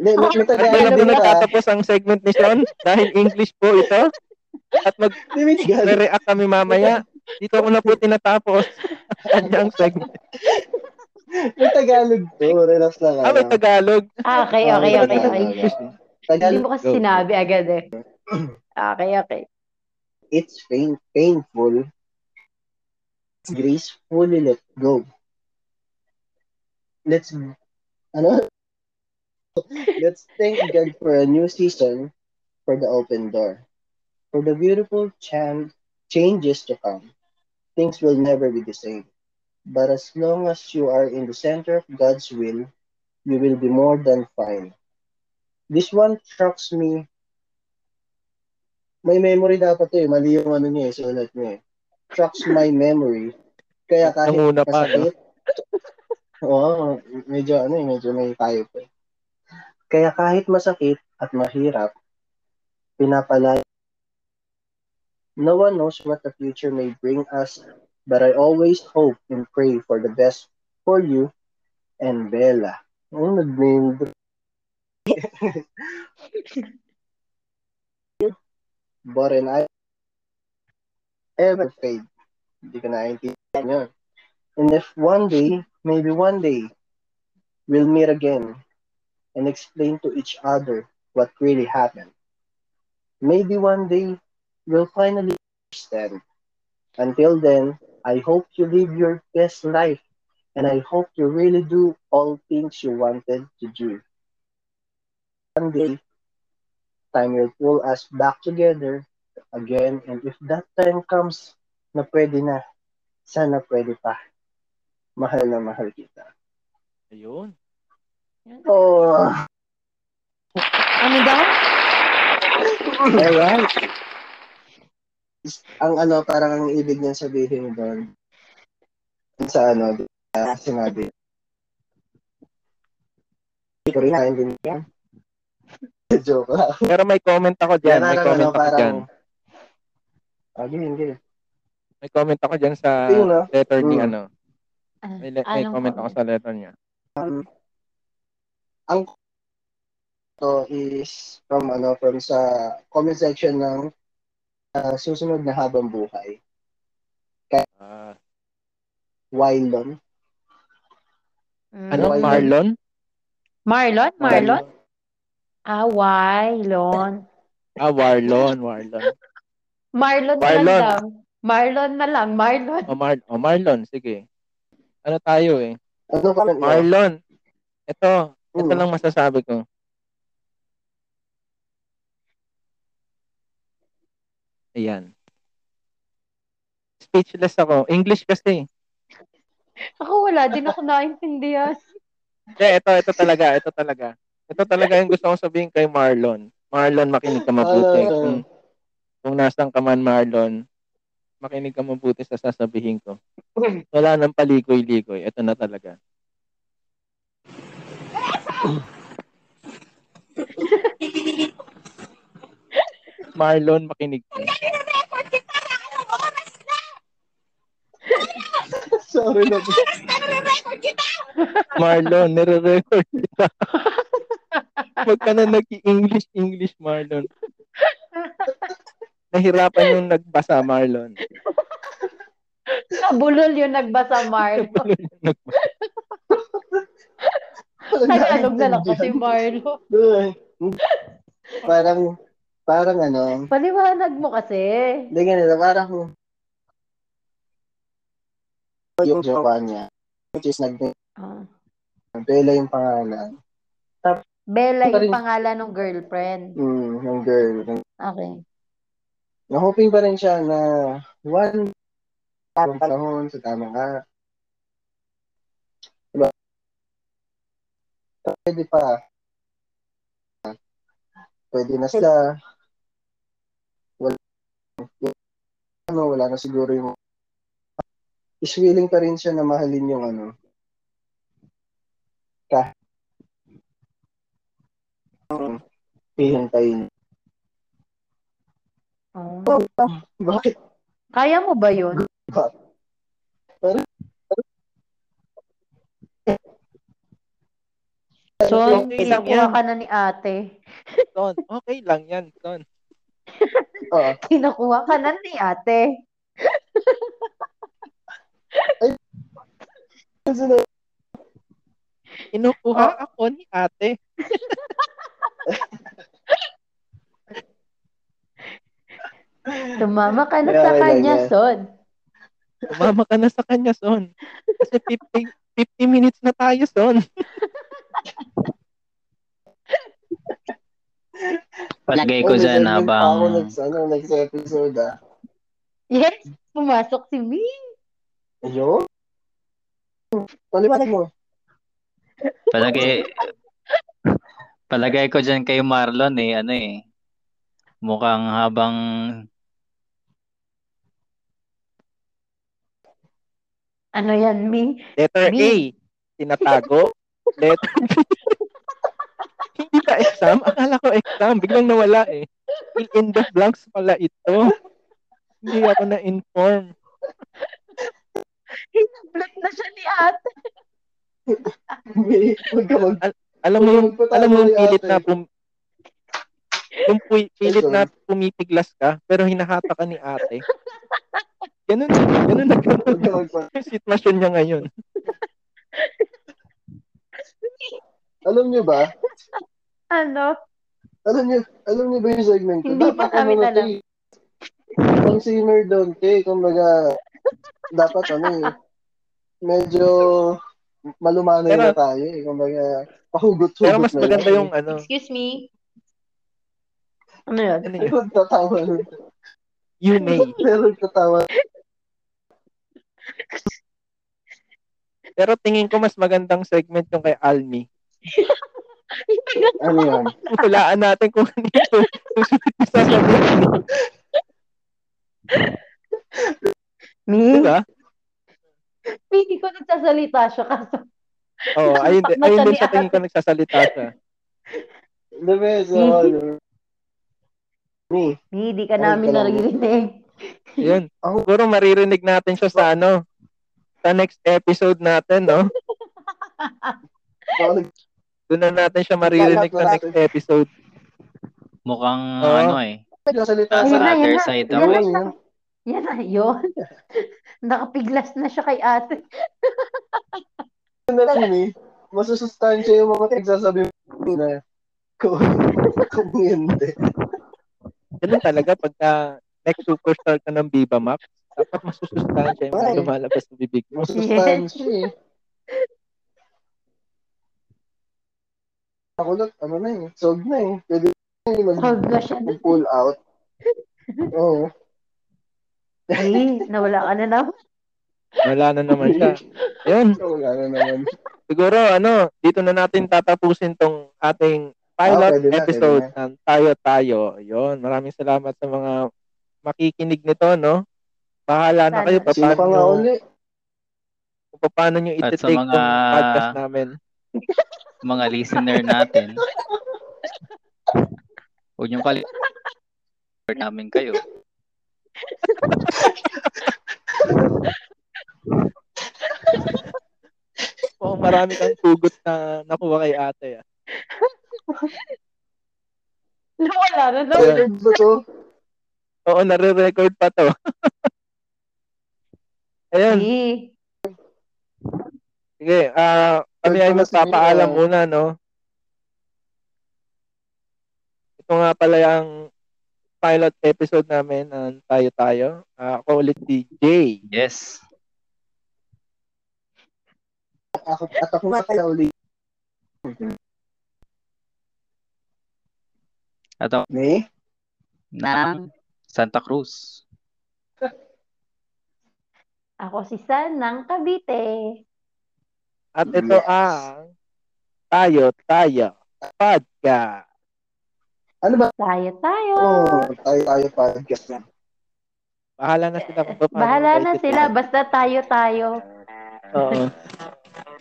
Hindi, may, may At doon Tagalog na ta. na po natatapos ang segment ni Sean dahil English po ito. At Hindi, may Tagalog. mag-react kami mamaya. Dito ko na po tinatapos ang kanyang segment. May Tagalog to. Relax lang. Ah, may ano. Tagalog. Ah, Okay, Ah, okay, may okay, okay. Tagalog. Tagalog, Hindi mo kasi Go. sinabi agad eh. Okay, okay. it's pain, painful. né? Gracefully let go. Let's, ano? Let's thank God for a new season, for the open door, for the beautiful chan changes to come. Things will never be the same. But as long as you are in the center of God's will, you will be more than fine. This one shocks me. May memory dapat to eh. Mali yung ano niya eh, sulat niya eh. Shocks my memory. Kaya kahit Nanguna pa, masakit. Oo, medyo ano eh, medyo may tayo pa. eh. Kaya kahit masakit at mahirap, pinapalaya. No one knows what the future may bring us, but I always hope and pray for the best for you and Bella. Ang nag-name drop. But and I ever fade. Hindi ko naiintindihan yun. And if one day, maybe one day, we'll meet again and explain to each other what really happened. Maybe one day, we'll finally understand. Until then, I hope you live your best life and I hope you really do all things you wanted to do. One day, time will pull us back together again and if that time comes na pwede na, sana pwede pa. Mahal na mahal kita. Ayun. Oh, Ano daw? alright. Ang ano, parang ang ibig niya sabihin doon, sa ano, uh, sinabi. Hindi ko rin naiintindihan. Joke lang. Pero may comment ako dyan. May Parang comment ano, ako dyan. Ah, game, game. May comment ako dyan sa Ayun, no? letter ni Mm. ano. May, le- may Anong comment ako sa letter niya. ang to is from ano from sa comment section ng ah, susunod na habang buhay. Ah, Wylon. ano, Wylon. Marlon? Mm. Marlon? Marlon? Ah, Wylon. Ah, Warlon, Warlon. Marlon, na Marlon. lang. Marlon na lang. Marlon. O, Oh, Mar- o Marlon, sige. Ano tayo eh? Ano ka Marlon, ito, Mm. ito lang masasabi ko. Ayan. Speechless ako. English kasi. Ako wala din ako naintindihan. Hindi, ito, ito talaga, ito talaga. Ito talaga yung gusto kong sabihin kay Marlon. Marlon, makinig ka mabuti. Hello. Kung, kung nasan ka man, Marlon, makinig ka mabuti sa sasabihin ko. Wala nang paligoy-ligoy. Ito na talaga. Marlon, makinig ka. Sorry na po. Marlon, nire-record kita. Huwag ka na nag-English-English, Marlon. Nahirapan yung nagbasa, Marlon. Nabulol yung nagbasa Marlon. Tagalog na lang kasi Marlon. Ay, parang, parang ano, Paliwanag mo kasi. hindi ganito, parang yung jowa niya, which is nag Ah. Bella yung pangalan. Bella yung Sorry. pangalan ng girlfriend. Mm, ng girl. Ng, Okay. na-hoping pa rin siya na one tamang panahon sa tamang ka. Diba? Pwede pa. Pwede na sila. Wala. Ano, wala na siguro yung is willing pa rin siya na mahalin yung ano. Kahit ang hihintayin. Oh. Bakit? Kaya mo ba yun? So, Okay lang nakuha yan. ka na ni ate. Ton. Okay lang yan, Ton. Oo. Kinakuha ka na ni ate. Kinukuha ako ni ate. Tumama ka na Yeah, sa I like kanya, that. son. Umama ka na sa kanya, Son. Kasi 50, 50 minutes na tayo, Son. Palagay Oh, ko may dyan segment pa ako habang next, ano, next episode ah. Yes, pumasok si Mi. Ayun. Paliwanag mo. Palagay Palagay ko diyan kay Marlon eh ano eh. Mukhang habang Ano yan, Mi? Letter Me. A, tinatago. Letter B, hindi na exam. Akala ko exam. Biglang nawala eh. Fill in the blanks pala ito. Hindi ako na-inform. Hinablat na siya ni ate. Huwag ka mag- Alam mo yung, Huwag pa tayo alam mo yung ni pilit ate. na bum, Yung pu- pilit na pumipiglas ka, pero hinahata ka ni ate. Ganun, ganun na ganun Huwag na magpa- yung sitwasyon niya ngayon. Alam niyo ba? Ano? Alam niyo, alam niyo ba yung segment ko? Hindi pa Dapat namin ano alam. to eh. Consumer don't care. Kumbaga, dapat ano eh. Medyo malumanay Pero- na tayo eh. Kumbaga, pahugot-hugot Pero mas na maganda lang. yung ano, Excuse me? Ano yun? ano yun, Meron tatawa nun. you may. Meron tatawa. Pero tingin ko mas magandang segment yung kay Almi. Ano yan? Hulaan natin kung ano yung susunod na sasabihin. Me? Diba? Hindi ko nagsasalita siya kasi Oo, ayun, din- ayun din sa Matali- tingin ko nagsasalita siya. The best. Mhm. ano. Me. Me, di ka Ay, namin talaga. naririnig. Ayun. Ako- Siguro maririnig natin siya sa ano, sa next episode natin, no? Baka nag- Doon na natin siya maririnig sa next episode. Mukhang Oo. ano eh. nagsasalita Ayun sa Nasa na, other yun na. side Yun daw. na Ayun, siya. yun. Yan na, yun. Nakapiglas na siya kay ate. Ano na lang eh. Masusustansya yung mga nagsasabi mo na kung kung hindi. Ganun talaga pagka next superstar ka ng Viva Max, dapat masusustansya yung mga Ay. lumalabas sa bibig mo. Masusustansya eh. Ako na, ano na eh. Sog na eh. Pwede na eh. Mag- Huwag na siya. pull out. Oo. Eh, nawala ka na na. Wala na naman siya. Ayun, So, wala na naman. siguro ano, dito na natin tatapusin tong ating pilot Ah, pwede na, episode ng Tayo Tayo. Ayun, maraming salamat sa mga makikinig nito, no? Bahala na Sana. kayo pa Sino pa nga paano, uli? kung paano nyo At sa iti-take mga- tong podcast namin. Mga listener natin. Huwag niyong kalimutan namin kayo. Oo, marami kang tugot na nakuha kay ate. ah. Nawala na na. Ayun. Record ba to? Oo, nare-record pa to. Ayun, Eh, sige. ah kami ay magpapaalam muna, no? Ito nga pala yung pilot episode namin ng Tayo-Tayo. Ah, ako ulit si Jay. Yes. Ako, at ako nga pala uli. At ako May? na Santa Cruz. ako si San ng Cavite. At ito Yes. ang Tayo-Tayo Podcast. Ano ba? Tayo tayo. Oh, tayo tayo podcast na. Bahala na sila kung paano. Bahala na mag-edit sila. yan. Basta tayo tayo. Oo.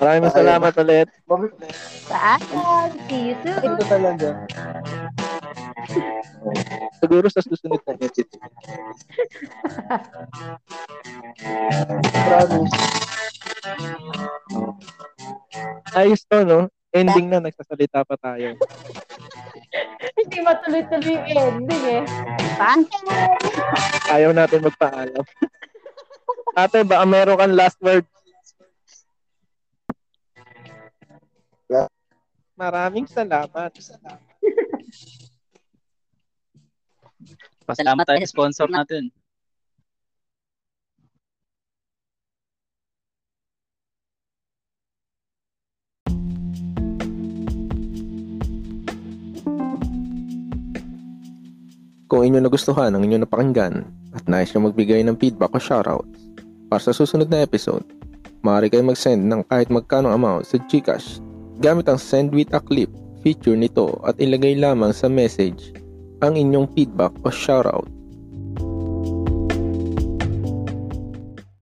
Maraming salamat ulit. Mabibigyan Paalam. See you soon. ko talaga. Siguro sa susunod na edit. Promise. Ayos to, no? Ending na, nagsasalita pa tayo. Hindi matuloy-tuloy yung ending eh. Paalam. Ayaw natin magpaalam. Ate, baka meron kang last word. Maraming salamat. Pasalamat Salamat tayo tayo sa sponsor natin. Kung inyo nagustuhan ang inyong napakinggan at nais nyo magbigay ng feedback o shoutout para sa susunod na episode, maaari kayo mag-send ng kahit magkanong amount sa Gcash gamit ang send with a clip feature nito at ilagay lamang sa message ang inyong feedback o shoutout